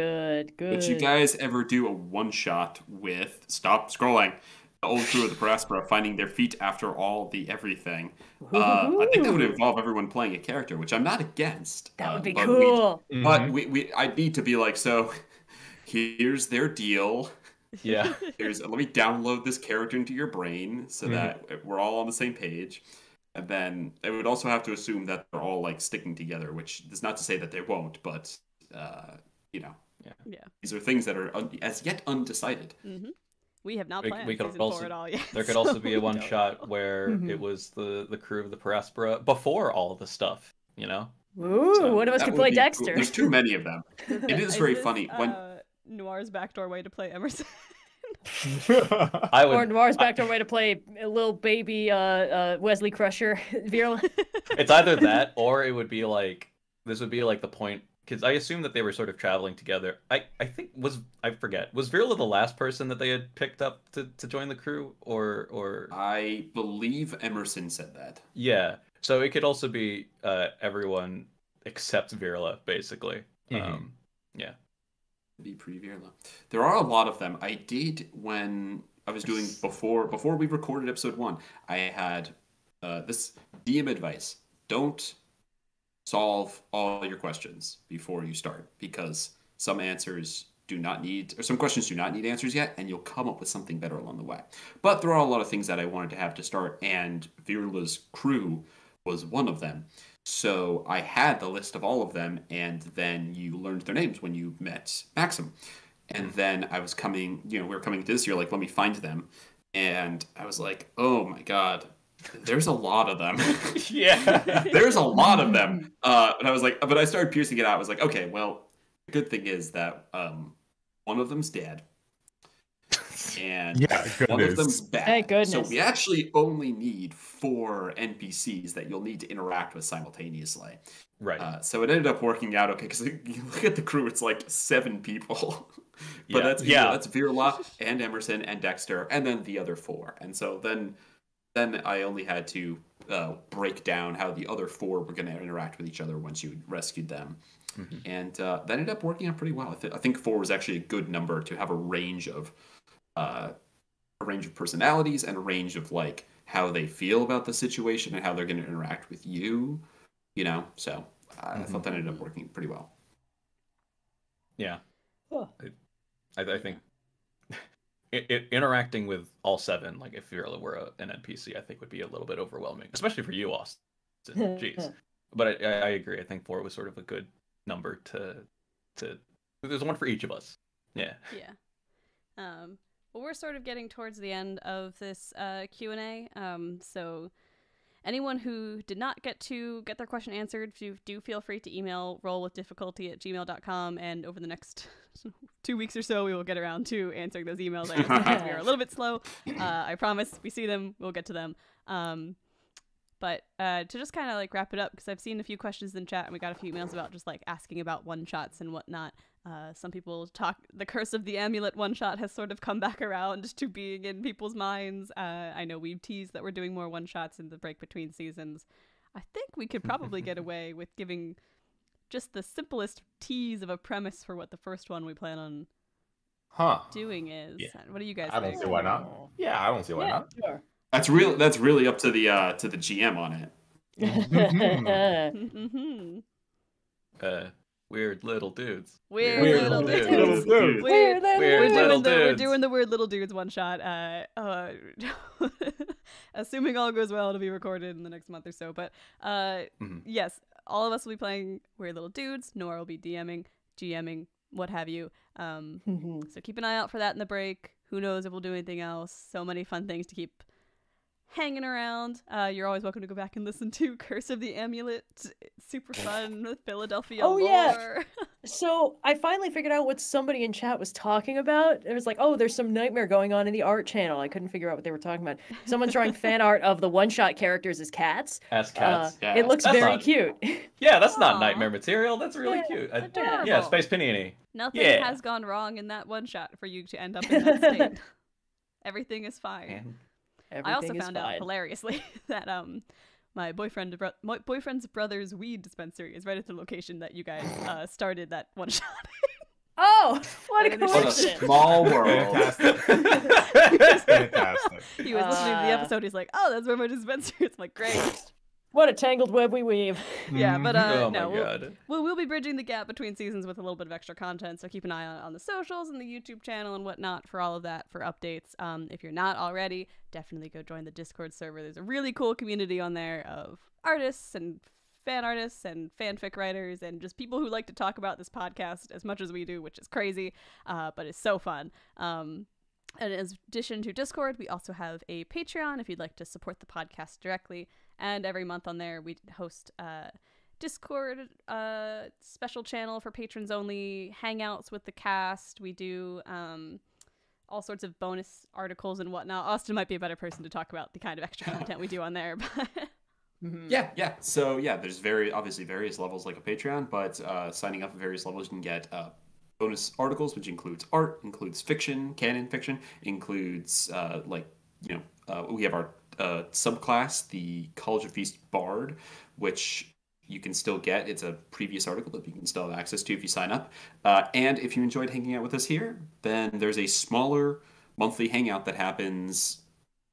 it.
good.
Did you guys ever do a one shot with stop scrolling? The old crew of the Prospera finding their feet after all the everything. Uh, I think that would
Ooh.
involve everyone playing a character, which I'm not against.
That
uh,
would be
but we-
cool.
But we, we, I'd need to be like, so here's their deal.
Yeah.
Here's let me download this character into your brain so
Mhm.
that we're all on the same page. And then I would also have to assume that they're all like sticking together, which is not to say that they won't, but uh, you know,
Yeah.
these are things that are un- as yet undecided.
Mm-hmm. We have not
We-
planned
we could
season
also-
four at all yet.
There could
so
also be a
we
one
don't know.
shot where
Mhm.
it was the the crew of the Prospera before all the stuff, you know?
Ooh,
So
one of us
that
could
would
play
be cool.
Dexter.
There's too many of them. It is very
this,
funny when-
uh, Noir's backdoor way to play Emerson.
I
Or
would
Noir's backdoor way to play a little baby uh, uh, Wesley Crusher. Virulent.
it's either that or it would be like this would be like the point cuz I assume that they were sort of traveling together. I I think was I forget. Was Virla the last person that they had picked up to to join the crew or or
I believe Emerson said that.
yeah. So it could also be uh everyone except Virla basically.
Mhm.
Mm-hmm.
Um yeah.
Be pre Virla. There are a lot of them. I did when I was doing before before we recorded episode one. I had uh, this DM advice: don't solve all your questions before you start because some answers do not need or some questions do not need answers yet and you'll come up with something better along the way but there are a lot of things that i wanted to have to start and virla's crew was one of them So I had the list of all of them, and then you learned their names when you met Maxim. And then I was coming, you know, we were coming to this year, like, let me find them. And I was like, oh my God, there's a lot of them.
yeah.
there's a lot of them. Uh, and I was like, but I started piercing it out. I was like, okay, well, the good thing is that um, one of them's dead. And
Yeah,
one of
goodness.
them's back.
Thank goodness.
So we actually only need four NPCs that you'll need to interact with simultaneously.
Right.
Uh, so it ended up working out okay because you look at the crew, it's like seven people. but
Yeah.
that's
Yeah.
yeah, that's Virla and Emerson and Dexter, and then the other four. And so then, then I only had to uh, break down how the other four were going to interact with each other once you rescued them.
Mhm.
And uh, that ended up working out pretty well. I, th- I think four was actually a good number to have a range of, uh, a range of personalities and a range of like how they feel about the situation and how they're going to interact with you you know so i I thought that ended up working pretty well
yeah.
Huh.
I, I think it, it, interacting with all seven, like if Virla were a, an NPC, I think would be a little bit overwhelming, especially for you, Austin. Jeez. But I, I I agree. I think four was sort of a good number to to. There's one for each of us. Yeah.
yeah. Um, well, we're sort of getting towards the end of this uh, Q and A. Um, so anyone who did not get to get their question answered, do, do feel free to email rollwithdifficulty at gmail.com. And over the next two weeks or so, we will get around to answering those emails. I understand we are a little bit slow. Uh, I promise. We see them. We'll get to them. Um, but uh, to just kind of like wrap it up, because I've seen a few questions in chat and we got a few emails about just like asking about one shots and whatnot. Uh, some people talk the curse of the amulet one shot has sort of come back around to being in people's minds. Uh, I know we've teased that we're doing more one shots in the break between seasons. I think we could probably get away with giving just the simplest tease of a premise for what the first one we plan on
Huh.
doing is.
Yeah.
What do you guys
I don't
think?
see why not. Yeah, I don't see why
Yeah,
not.
sure.
that's real that's really up to the uh to the gm on it
yeah,
hmm
Uh, weird little dudes.
Weird,
Weird
little
little
dudes.
dudes.
dude.
Weird,
Weird
we're
little
doing, the, we're
dudes.
doing the weird little dudes one shot. Uh, uh, assuming all goes well, it'll be recorded in the next month or so. But uh,
Mhm.
yes, all of us will be playing weird little dudes. Nora will be DMing, GMing, what have you. Um, so keep an eye out for that in the break. Who knows if we'll do anything else? So many fun things to keep hanging around. Uh, you're always welcome to go back and listen to Curse of the Amulet. It's super fun with Philadelphia.
Oh, yeah.
lore.
So I finally figured out what somebody in chat was talking about. It was like, oh, there's some nightmare going on in the art channel. I couldn't figure out what they were talking about. Someone's drawing fan art of the one-shot characters as cats.
Ass
Uh,
cats.
yeah.
It looks
That's
very
not-
cute.
yeah, that's
Aw.
not nightmare material. That's really
Yeah,
cute. I-
adorable.
yeah, space panini.
Nothing
Yeah.
has gone wrong in that one shot for you to end up in that state. Everything is fine.
And
I also
Everything is
found out
fine.
hilariously that um my boyfriend bro- my boyfriend's brother's weed dispensary is right at the location that you guys uh, started that one shot.
Oh, what a
What a
coincidence!
small
Oh
Fantastic. Fantastic.
he was listening to the
Ah.
episode. He's like, "Oh, that's where my dispensary." is." I'm like, "Great,
What a tangled web we weave.
yeah." But uh,
oh
no,
my
we'll,
god.
Well, we'll be bridging the gap between seasons with a little bit of extra content, so keep an eye on, on the socials and the YouTube channel and whatnot for all of that for updates. Um, if you're not already, definitely go join the Discord server. There's a really cool community on there of artists and fan artists and fanfic writers and just people who like to talk about this podcast as much as we do, which is crazy, uh, but it's so fun. Um, and in addition to Discord, we also have a Patreon if you'd like to support the podcast directly. And every month on there, we host uh, Discord uh, special channel for patrons only, hangouts with the cast. We do um, all sorts of bonus articles and whatnot. Austin might be a better person to talk about the kind of extra content we do on there. But
yeah yeah so yeah there's very obviously various levels like a patreon but uh signing up at various levels you can get uh bonus articles which includes art includes fiction canon fiction includes uh like you know uh, we have our uh, subclass the college of feast bard which you can still get. It's a previous article that you can still have access to if you sign up. Uh, and if you enjoyed hanging out with us here, then there's a smaller monthly hangout that happens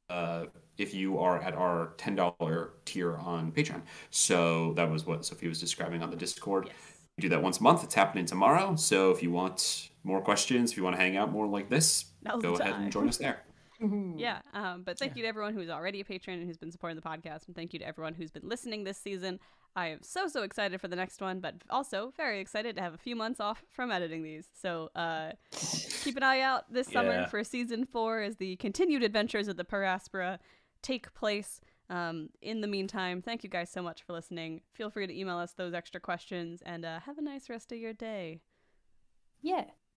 uh, if you are at our $10 tier on Patreon. So that was what Sophie was describing on the Discord. We do that once a month. It's happening tomorrow. So if you want more questions, if you want to hang out more like this,
Now's
go
the
ahead
time.
and join us there.
Mm.
Yeah. Um, but thank you to everyone who's already a patron and who's been supporting the podcast. And thank you to everyone who's been listening this season. I am so, so excited for the next one, but also very excited to have a few months off from editing these. So uh, keep an eye out this summer
Yeah.
for season four as the continued adventures of the Paraspora take place. Um, in the meantime, thank you guys so much for listening. Feel free to email us those extra questions and uh, have a nice rest of your day.
Yeah.